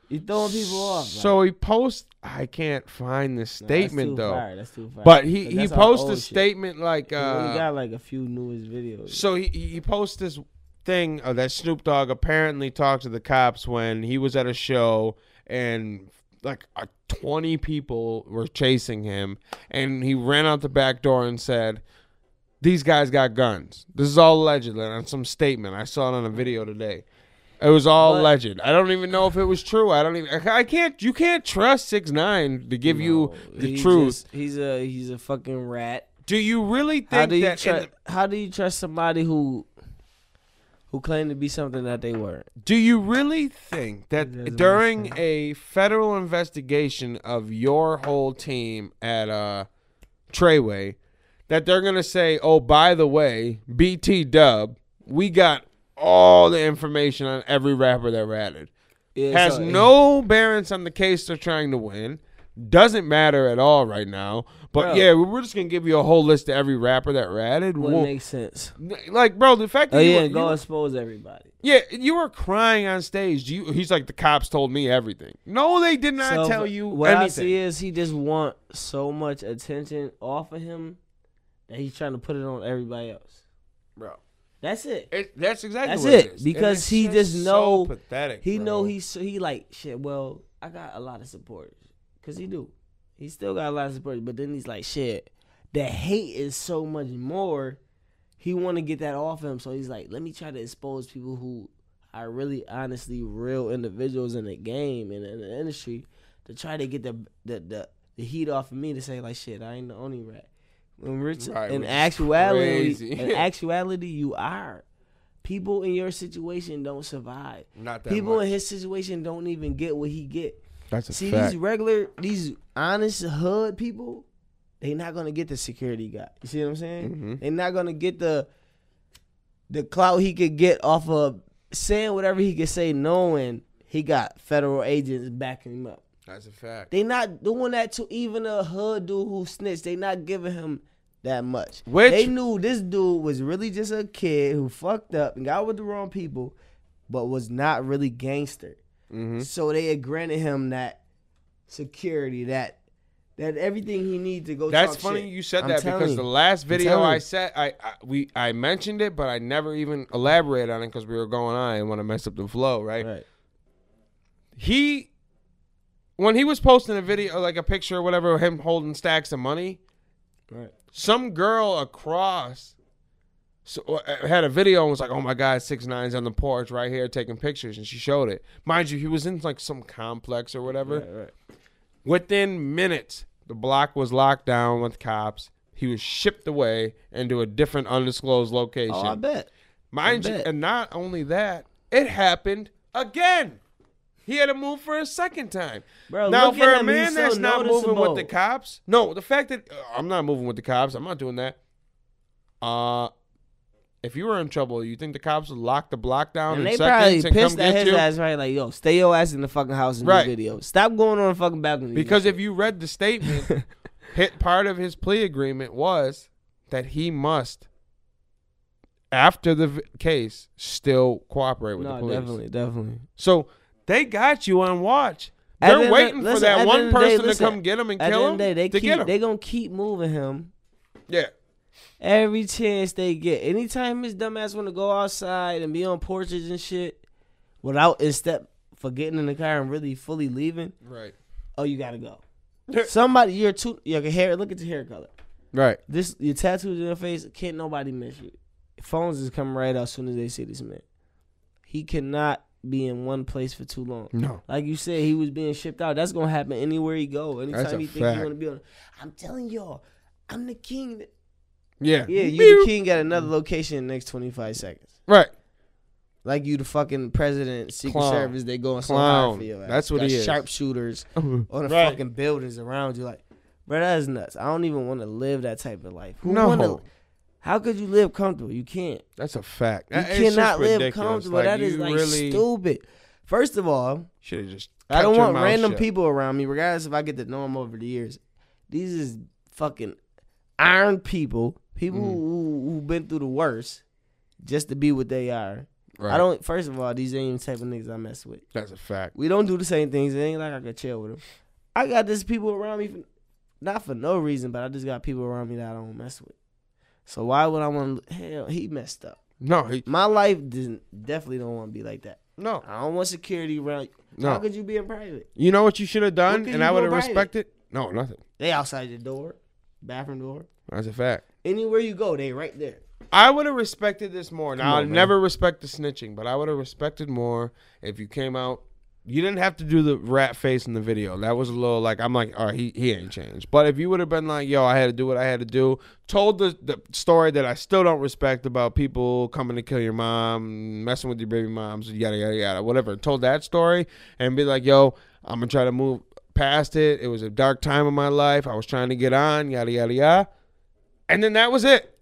You throwing people off. like,
So he posts. I can't find the
nah,
statement
that's too
though.
far, That's too far.
But he, he
that's our
posts a
old shit.
statement like
We
uh,
only got like a few newest videos.
So he he he posts this thing uh, that Snoop Dogg apparently talked to the cops when he was at a show and like uh, 20 people were chasing him and he ran out the back door and said these guys got guns. This is all alleged on some statement. I saw it on a video today. It was all
But-
alleged. I don't even know if it was true. I don't even. I can't. You can't trust six nine to give you
No,
the
Oh, he
truth.
just- he's a he's a fucking rat.
do you really think
How do you
that? in
trust?
the-
How do you trust somebody who who claimed to be something that they weren't?
Do you really think
It doesn't make
that during a federal investigation of your whole team at uh, Treyway, that they're gonna say, "Oh, by the way, BT Dub, we got all the information on every rapper that ratted."
Yeah,
Has
so-
no bearance on the case they're trying to win. Doesn't matter at all right now. But
Bro.
yeah, we're just gonna give you a whole list of every rapper that ratted.
wouldn't
Well,
make sense.
like, bro, the fact that
Oh
you,
yeah,
you-
go expose everybody.
yeah, you were crying on stage. You, he's like, the cops told me everything. No, they did not
So,
tell you
what
anything.
I see is he just want so much attention off of him that he's trying to put it on everybody else.
bro.
That's it.
It, that's exactly
That's
what it,
it,
is.
because
it's
he just know-
so pathetic.
He
bro.
know he's he like shit. Well, I got a lot of supporters because he do. He still got a lot of supporters, but then he's like shit. The hate is so much more. He want to get that off him, so he's like, let me try to expose people who are really, honestly, real individuals in the game and in the industry to try to get the the the, the heat off of me to say like shit. I ain't the only rat. When rich,
Right,
in
which is
actuality,
crazy.
in actuality, you are. People in your situation don't survive
not that
people
much.
in his situation don't even get what he get.
That's a
See
fact.
these regular, these honest hood people, they not gonna get the security guy. You see what I'm saying?
Mhm.
They not gonna get the the clout he could get off of saying whatever he could say, knowing he got federal agents backing him up.
That's a fact.
They not doing that to even a hood dude who snitched. They not giving him that much.
Which-
they knew this dude was really just a kid who fucked up and got with the wrong people, but was not really gangster.
Mhm.
So they had granted him that security, that that everything he needs to go.
That's
talk
funny
shit.
you said
I'm
that
telling
because
you.
the last video
telling
I
you.
said I, I we I mentioned it, but I never even elaborated on it because we were going on and want to mess up the flow, right?
right.
He when he was posting a video like a picture or whatever of him holding stacks of money,
Right.
some girl across so, uh, had a video and was like, "Oh my God, six nines on the porch right here taking pictures," and she showed it. Mind you, he was in like some complex or whatever.
Right, right.
Within minutes, the block was locked down with cops. He was shipped away into a different undisclosed location.
Oh, I bet.
Mind
I
you,
bet.
and not only that, it happened again. He had to move for a second time.
Bro,
now
look
for
at
a
him,
man
he's
that's
so
not moving with the
noticeable.
cops, no, the fact that uh, I'm not moving with the cops, I'm not doing that. Uh, if you were in trouble, you think the cops would lock the block down
And
in
they probably
seconds and come
pissed at
get
his
you?
ass, right? Like, yo, stay your ass in the fucking house and
Right.
do video. Stop going on the fucking balcony.
Because if you read the statement, hit part of his plea agreement was that he must, after the v- case, still cooperate with the
no,
police.
definitely, definitely.
So they got you on watch.
At the
They're
end of-
waiting for
listen, at
that
the
one
end of the day,
person
listen,
to come get him and
At the
kill
end
him
of the day, they
to
keep,
get him.
They gonna keep moving him
yeah,
every chance they get. Anytime his dumbass wanna go outside and be on porches and shit, without a step for getting in the car and really fully leaving,
right,
oh, you gotta go. Somebody, your too, your hair. Look at your hair color.
right.
This your tattoos in your face. Can't nobody miss you. Phones is coming right out as soon as they see this man. He cannot be in one place for too long.
No,
Like you said, he was being shipped out. That's gonna happen anywhere he go. Anytime
That's a
he think he
fact.
wanna be on. I'm telling y'all, I'm the king.
yeah,
Yeah, you
Meow.
the king at another location in the next 25 seconds.
right.
Like you the fucking president, secret
Clown.
service. They going so
Clown.
hard for your ass.
That's what
Got
he is.
Sharpshooters on the
Right.
fucking buildings around you. Like, bro, that is nuts. I don't even want to live that type of life. Who
No.
wanna, how could you live comfortable? You can't.
That's a fact.
You
That- it's just
cannot live
ridiculous.
comfortable. that is
you
like
really
stupid. First of all,
Should have just.
I don't
kept your
want
mouth
random
shut.
people around me, regardless if I get to know them over the years. These is fucking iron people, people
Mm.
who who've been through the worst, just to be what they are.
Right.
I don't. First of all, these ain't the type of niggas I mess with.
That's a fact.
We don't do the same things. It ain't like I could chill with them. I got these people around me, for, not for no reason, but I just got people around me that I don't mess with. So why would I want? to Hell, he messed up.
No, he,
My life doesn't definitely don't want to be like that.
no,
I don't want security around.
no.
How could you be in private?
You know what you should have done,
What could
and
you
I
do
would have
about it?
respected. No, nothing.
They outside your door, bathroom door.
That's a fact.
Anywhere you go, they right there.
I would have respected this more. Now
on,
I'll
man.
never respect the snitching, but I would have respected more if you came out. You didn't have to do the rat face in the video. That was a little like I'm like, all right, he, he ain't changed. But if you would have been like, yo, I had to do what I had to do, told the, the story that I still don't respect about people coming to kill your mom, messing with your baby moms, yada yada yada, whatever. Told that story and be like, yo, I'm gonna try to move past it. It was a dark time in my life. I was trying to get on, yada yada yada And then that was it.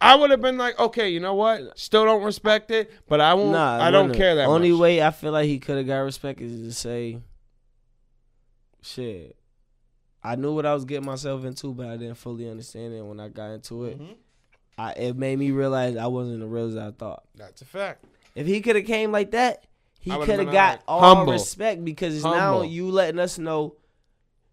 I would have been like, okay, you know what? Still don't respect it, but I won't.
Nah,
I don't
wouldn't.
care that
Only
much.
way I feel like he could have got respect is to say, "Shit, I knew what I was getting myself into, but I didn't fully understand it when I got into it. I it made me realize I wasn't as real as I thought.
That's a fact.
If he could have came like that, he
I would've
could have
been
got
like,
all
humble.
respect because it's now
Humble.
you letting us know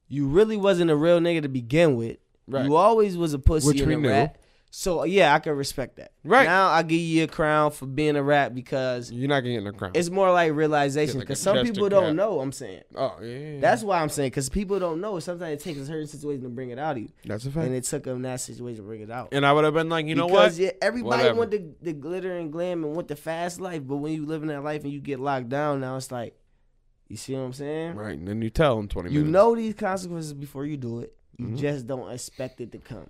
you really wasn't a real nigga to begin with.
Right.
You always was a pussy
Which
and
we
a
knew.
rat. So yeah, I can respect that.
Right.
now, I give you a crown for being a rat because
You're not getting a crown.
it's more like realization
Yeah, like
because
a
some
chest
people
to
don't
cap.
know. I'm saying
oh yeah, yeah, yeah.
that's why I'm saying because people don't know. Sometimes it takes a certain situation to bring it out of you,
that's a fact.
and
And,
it took them that situation to bring it out.
I would have been like, you know
because
what?
yeah, everybody
Whatever.
want the, the glitter and glam and want the fast life, but when you live in that life and you get locked down, now it's like, you see what I'm saying?
Right. And then you tell him 20
You
minutes.
know these consequences before you do it. You just don't expect it to come.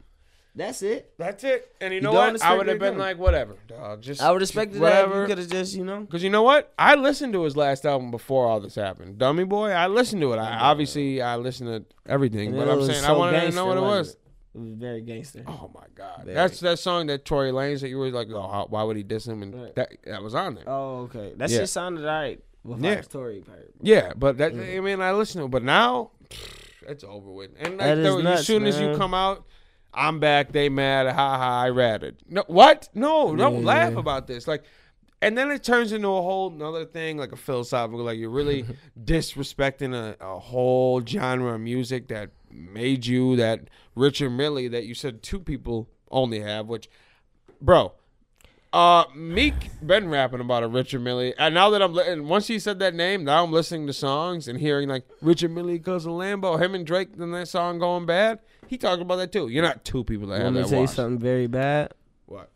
That's it.
Mm-hmm. That's it. And you
You
know
don't
what?
understand
I
what
would
you're
have been
doing.
like, whatever. Dog, just
I would expect
just
that you
whatever.
could have just, you know.
Because you know what? I listened to his last album before all this happened. Dummy Boy, I listened to it. I obviously I listened to everything,
And
but
it
I'm
was
saying I
so
wanted to
gangster,
know what it
wasn't
was.
It was very gangster.
Oh my God,
Very.
that's that song that Tory Lanez that you were like, oh, how, why would he diss him? And
Right.
that that was on there.
Oh, okay. That
Yeah.
shit sounded alright with
Yeah.
yeah. story part.
Yeah, but that
Mm.
I mean I listened to it, but now it's over with. And like
That is
though,
nuts,
as soon as you
man.
come out, I'm back. They mad. Ha ha. I ratted. No, what? No, don't
Yeah.
laugh about this. Like, and then it turns into a whole another thing, like a philosophical. Like you're really disrespecting a, a whole genre of music that made you that Richard Millie that you said two people only have, which, bro. Uh, Meek been rapping about a Richard Millie, and now that I'm li- and once he said that name, now I'm listening to songs and hearing like Richard Millie goes to Lambo, him and Drake, then that song going bad. He talking about that too. You're not two people that
Let
have
me
that
tell you
watch.
something very bad.
What?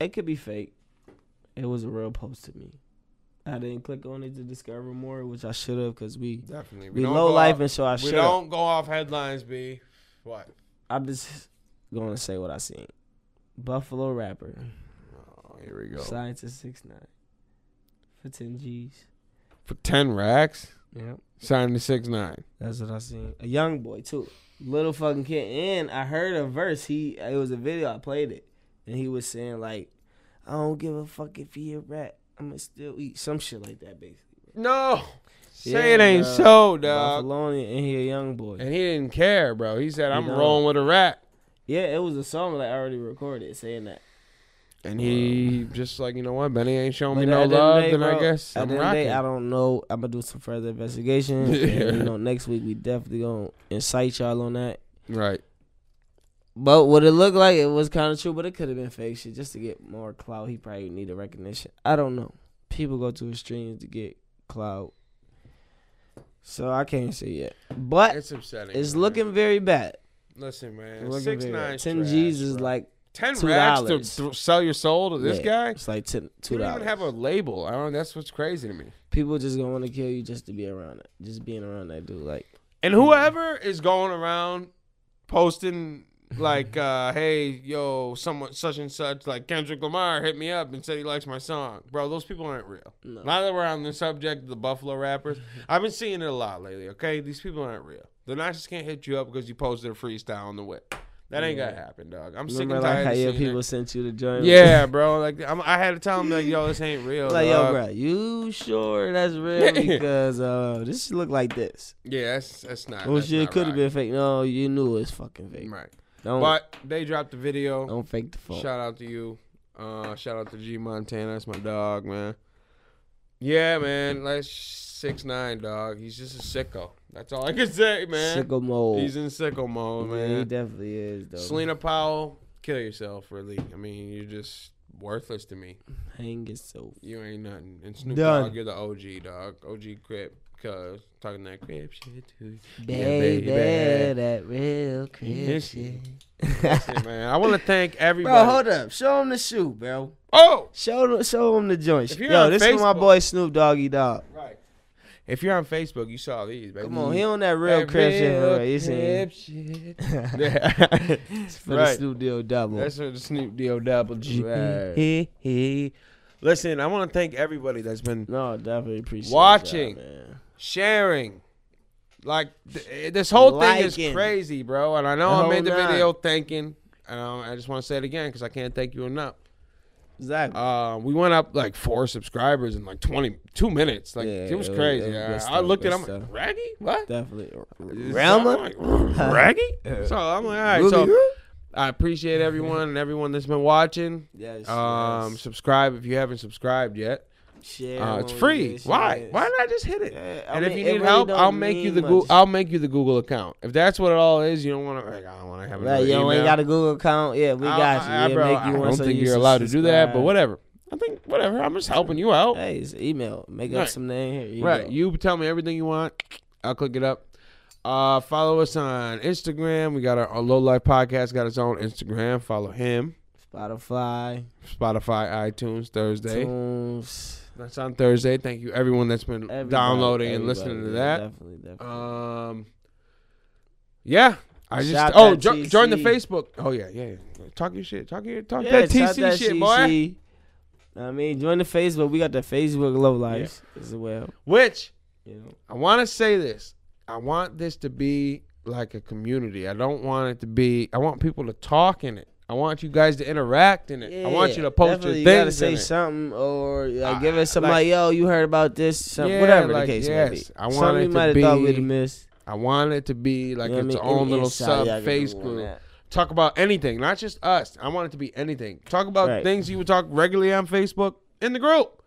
It could be fake. It was a real post to me. I didn't click on it to discover more, which I should have because we
Definitely.
we
don't
low
go
life
off-
and so I
We
should. have.
don't go off headlines, B. What?
I'm just going to say what I seen. Buffalo rapper
Oh, here we go.
signed to six nine for ten G's.
For ten racks,
Yep,
signed to six nine.
that's what I seen. A young boy too, little fucking kid. And I heard a verse. He it was a video. I played it, and he was saying like, "I don't give a fuck if he a rat. I'ma still eat some shit like that." Basically,
No, say it
Yeah,
ain't
dawg.
so, dog.
Buffalonian, and he a young boy.
And he didn't care, bro. He said, "I'm
don't.
rolling with a rat."
Yeah, it was a song that I already recorded saying that.
And he just like, you know what, Benny ain't showing me
But
no
at the end of
love,
the day,
then I
bro,
guess
at
I'm
the end of the
rocking.
day, I don't know. I'm gonna do some further investigation.
Yeah.
and, you know, next week we definitely gonna incite y'all on that.
right.
But what it looked like, it was kind of true, but it could have been fake shit just to get more clout. He probably needed recognition. I don't know. People go to extremes to get clout, so I can't say yet. But
It's upsetting.
it's
man.
looking very bad.
Listen, man.
Looking
Six
very bad.
nine.
ten G's is like
ten
$2.
racks to th- sell your soul to this
yeah,
guy.
It's like ten
You
two
don't even
dollars.
have a label. I don't. That's what's crazy to me.
People just gonna want to kill you just to be around it, just being around that dude. Like
And whoever is going around posting like, uh, "Hey, yo, someone such and such, like Kendrick Lamar, hit me up and said he likes my song, bro." Those people aren't real.
No.
Now that we're on the subject of the Buffalo rappers, I've been seeing it a lot lately. Okay, these people aren't real. They're not just gonna hit you up because you posted a freestyle on the whip. That ain't gonna happen, dog. I'm sick
Remember
and
like
tired
how
of
your
seeing
people
it.
sent you the joint?
Yeah, bro. Like I'm, I had to tell them like, yo, this ain't real.
like yo,
dog.
bro, you sure that's real? Because uh, this shit look like this.
Yeah, that's that's not.
Oh
that's
shit,
not
it Oh. could have
right.
been fake. No, you knew it's fucking fake.
Right,
Don't
but they dropped the video.
don't fake the phone.
Shout out to you. Uh, shout out to G Montana. That's my dog, man. Yeah, man. That's six nine, dog. He's just a sicko. That's all I can say, man.
Sickle mode.
He's in sicko mode,
Yeah, he
man.
definitely is though.
Selena Powell, kill yourself, really. I mean, you're just worthless to me.
Hang yourself.
You ain't nothing. And Snoop
Done.
Dogg, you're the OG, dog. OG Crip, cuz talking that Crip shit to you.
Baby,
baby.
that real crib
Yes,
shit.
Shit, man. I want to thank everybody.
bro, hold up. Show him the shoe, bro.
Oh!
Show show him the joint.
If you're
Yo,
on
this is my
Facebook-
boy Snoop Doggy Dog.
Right. If you're on Facebook, you saw these, baby.
Come on, he on that real
That
crib shit.
real
for real, You seen?
crib shit. Yeah.
For the
Right.
Snoop Deal double.
That's what the Snoop D O double G.
Right.
Listen, I want to thank everybody that's been
No, definitely appreciate y'all,
Watching.
man.
sharing. Like th- eh, this whole thing
Liking.
is crazy, bro. And I know
The
I made the
whole nine.
video thanking Um, I just want to say it again because I can't thank you enough.
Exactly.
Uh, we went up like four subscribers in like 22 minutes. Like
Yeah,
it was
it was-
crazy.
it was
I-
good
I
stuff,
looked at
good
him like,
stuff.
Raggy? What?
Definitely.
So
Realma?
I'm like, Raggy? So I'm like, all right.
Really?
So I appreciate everyone and everyone that's been watching.
Yes.
Um,
yes.
subscribe if you haven't subscribed yet.
Share
Uh, it's
when we
free.
get
Why?
shit.
Why not just hit it?
Yeah, I
and if
mean,
you
it
need
really
help,
don't
I'll make you the
mean
Google.
much.
I'll make you the Google account. If that's what it all is, you don't want to. Like, I don't want to have another
Right, you
email.
ain't got a Google account. Yeah, we
I-
got you.
I, I-
Yeah,
bro,
make you
I
one
don't
so
think
you
you're allowed to do that, but
subscribe.
whatever. I think whatever. I'm just helping you out.
Hey, it's email. Make up
Right.
some name here. You
Right.
go.
You tell me everything you want. I'll click it up. Uh, follow us on Instagram. We got our, our Low Life Podcast got its own Instagram. Follow him.
Spotify,
Spotify, iTunes, Thursday.
Tunes,
That's on Thursday. Thank you everyone that's been
everybody-
downloading and
everybody,
listening to
yeah,
that.
Definitely, definitely.
Um, yeah. I just
Shout
oh
that
jo- join the
TC.
Facebook. Oh yeah, yeah, yeah. Talk your shit. Talk your talk
Yeah,
that TC
shout that
shit, boy.
CC. I mean, join the Facebook. We got the Facebook Low Life as well.
Which
You know,
I want to say this. I want this to be like a community. I don't want it to be. I want people to talk in it. I want you guys to interact in it. I want you to post your
definitely
things.
You gotta say
in it.
something or like,
I-
give
I-
us somebody.
like-
Yo, you heard about this? Some,
Yeah,
whatever
like,
the case may be.
yes. I want
Something
it
you
to
might have thought we'd
be-
have missed.
I want it to be like
you know what I
its
mean?
own
Any
little
insight
sub
y'all can give
Facebook.
on that.
Talk about anything, not just us. I want it to be anything. Talk about
Right.
things you would talk regularly on Facebook in the group.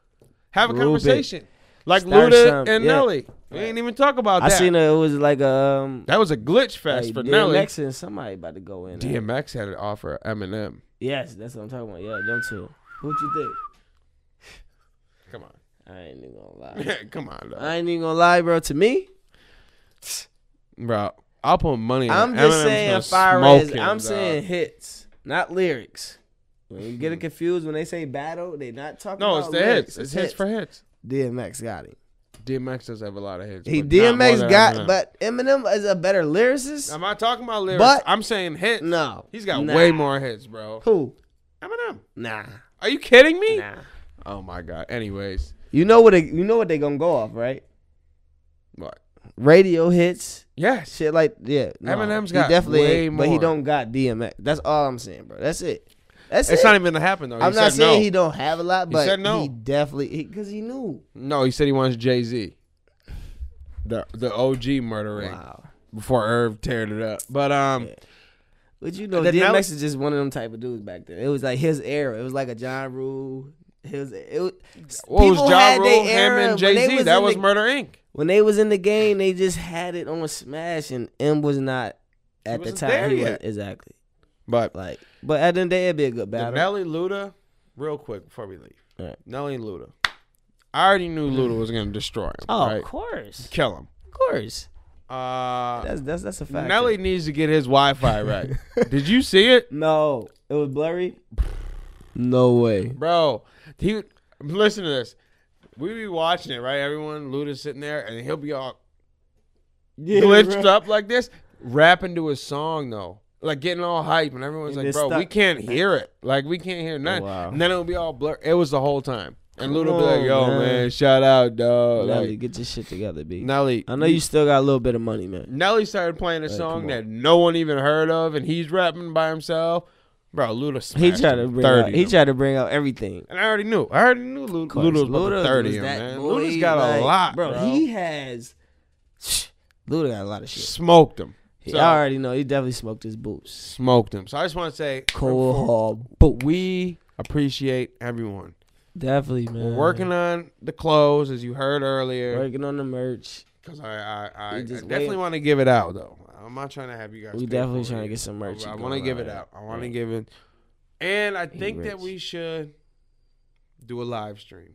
Have a
Group it.
conversation, like
Start
Luda
something,
and
yeah.
Nelly. We ain't even talk about
I
that.
seen it. It was like um,
that was a glitch fest
like
for Nelly.
DMX and somebody about to go in. there.
DMX had an offer of Eminem.
Yes, that's what I'm talking about. Yeah, them two. What you think?
Come on.
I ain't even gonna lie.
Come on, though.
I ain't even gonna lie, bro. To me,
bro. I'll put money.
I'm
on
just
Eminem's
saying
gonna
fire
smoke
as
him,
I'm
dog.
saying hits, not lyrics. When you get it confused when they say battle, they not talking
Mm-hmm. No,
about
it's the
lyrics.
hits. It's, hits. for hits.
DMX got him.
DMX does have a lot of hits.
He
but not more
DMX
than
got,
Eminem.
but Eminem is a better lyricist.
I'm not talking about lyrics.
But-
I'm saying hits.
no,
he's got
Nah.
way more hits, bro.
Who?
Eminem.
Nah,
Are you kidding me?
nah.
Oh my god. Anyways,
You know what? They, you know what they gonna go off, right?
what?
Radio hits.
Yes.
shit like yeah. No,
Eminem's
he
got
definitely,
way
ain't, but he
more.
don't got DMX. That's all I'm saying, bro. That's it. That's
It's
it.
not even gonna happen though. He
I'm
said
not saying
no.
he don't have a lot, but he,
said no.
definitely because he, knew.
No, he said he wants Jay Z. The the OG murdering
Wow.
before Irv teared it up. But um,
Yeah. But you know,
That- that
DMX
was-
is just one of them type of dudes back then. It was like his era. It was like a John Rule. His it was,
what was
people
Ja
had their
Rule, him,
era
and
when they
Jay Z? That
in
was
the,
Murder Inc.
when they was in the game. They just had it on Smash, and M was not at the
wasn't
time.
there
he was
yet.
exactly
But
like, but at the end of the day, it'd be a good
the
battle.
Nelly Luda, real quick before we leave.
All right.
Nelly and Luda. I already knew Luda was gonna destroy him.
oh,
right?
of course,
kill him.
of course.
Uh,
That's that's that's a fact.
Nelly needs to get his Wi-Fi right. Did you see it,
No, it was blurry. No way.
bro? He listen to this. We be watching it, right? Everyone, Luda's sitting there, and he'll be all
Yeah,
glitched up like this, rapping to his song though. Like getting all hype, and everyone's
And
like,
it's
"Bro, we
stuck. Oh,
can't hear it. Like, we can't hear nothing."
Wow.
And then it'll be all blur. It was the whole time, and Luda will be
Come
like, "Yo,
on,
man.
man.
shout out, dog."
Nelly,
Like,
get your shit together, B.
Nelly,
I know you still got a little bit of money, man.
Nelly started playing a
come
song
on.
that no one even heard of, and he's rapping by himself. Bro, Luda smashed
He tried to
him,
bring out,
30
he
him.
tried to bring out everything.
and I already knew. I already knew Luda,
Of course,
Luda was about to
Luda
30
was
him,
that
man.
boy,
Luda's got a
like,
lot, bro.
He has. Luda got a lot of shit.
smoked him.
He-
So-
I already know. He definitely smoked his boots.
Smoked him. So I just want to say,
Cold hard boot.
we appreciate everyone.
Definitely, man.
We're working on the clothes, as you heard earlier,
working on the merch.
because I, I, I, I
We just
definitely
waiting.
want to give it out though. I'm not trying to have you guys.
We
pay
definitely
for
trying
it.
to get some merch.
I
going
want to give it
right.
out. I want to
Right.
give it. And I think that
rich.
we should do a live stream.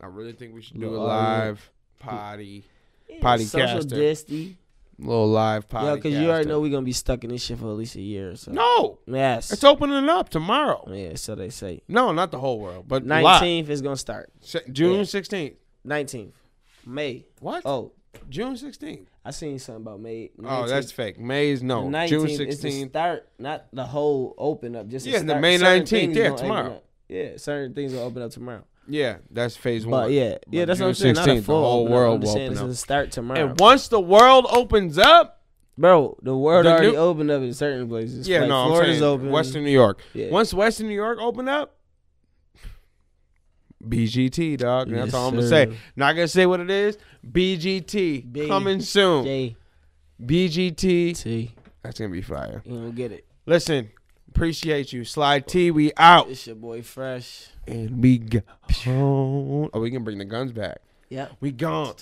I really think we should do a
Little
live potty,
Yeah, Social
Podcaster.
disty.
little live potty.
Yeah, because you already know we're gonna be stuck in this shit for at least a year or so.
No,
Yes.
it's opening up tomorrow.
yeah, so they say.
No, not the whole world, but nineteenth,
Nineteenth is gonna start.
June
Yeah.
sixteenth.
Nineteenth. May.
What?
Oh,
June sixteenth.
I seen something about May. 19th.
Oh, that's fake. May's
The
no.
19th
June
is the
sixteenth.
start, not the whole open up. Just the
Yeah, the
start.
May
Certain
19th,
things
yeah,
gonna open
tomorrow.
up. Yeah, certain things will open up tomorrow.
Yeah, that's phase one.
But yeah, yeah,
But
that's what
June
I'm saying. Not a
16th,
full
the whole
open up.
world
I'm just
will
saying
open
this
up.
is a start tomorrow.
And once the world opens up,
Bro, the world
The
already
new-
opened up in certain places.
Yeah,
Like,
no,
Florida's
I'm saying
open.
Western New York.
Yeah.
Once Western New York open up, BGT dog. And that's
Yes,
all I'm
sir.
gonna say. Not gonna say what it is. BGT
B-
coming soon.
J E
BGT.
T.
That's gonna be fire.
You don't get it.
Listen, appreciate you. Slide T, we out.
It's your boy Fresh.
And we gone. Oh, we can bring the guns back.
Yep.
We gone.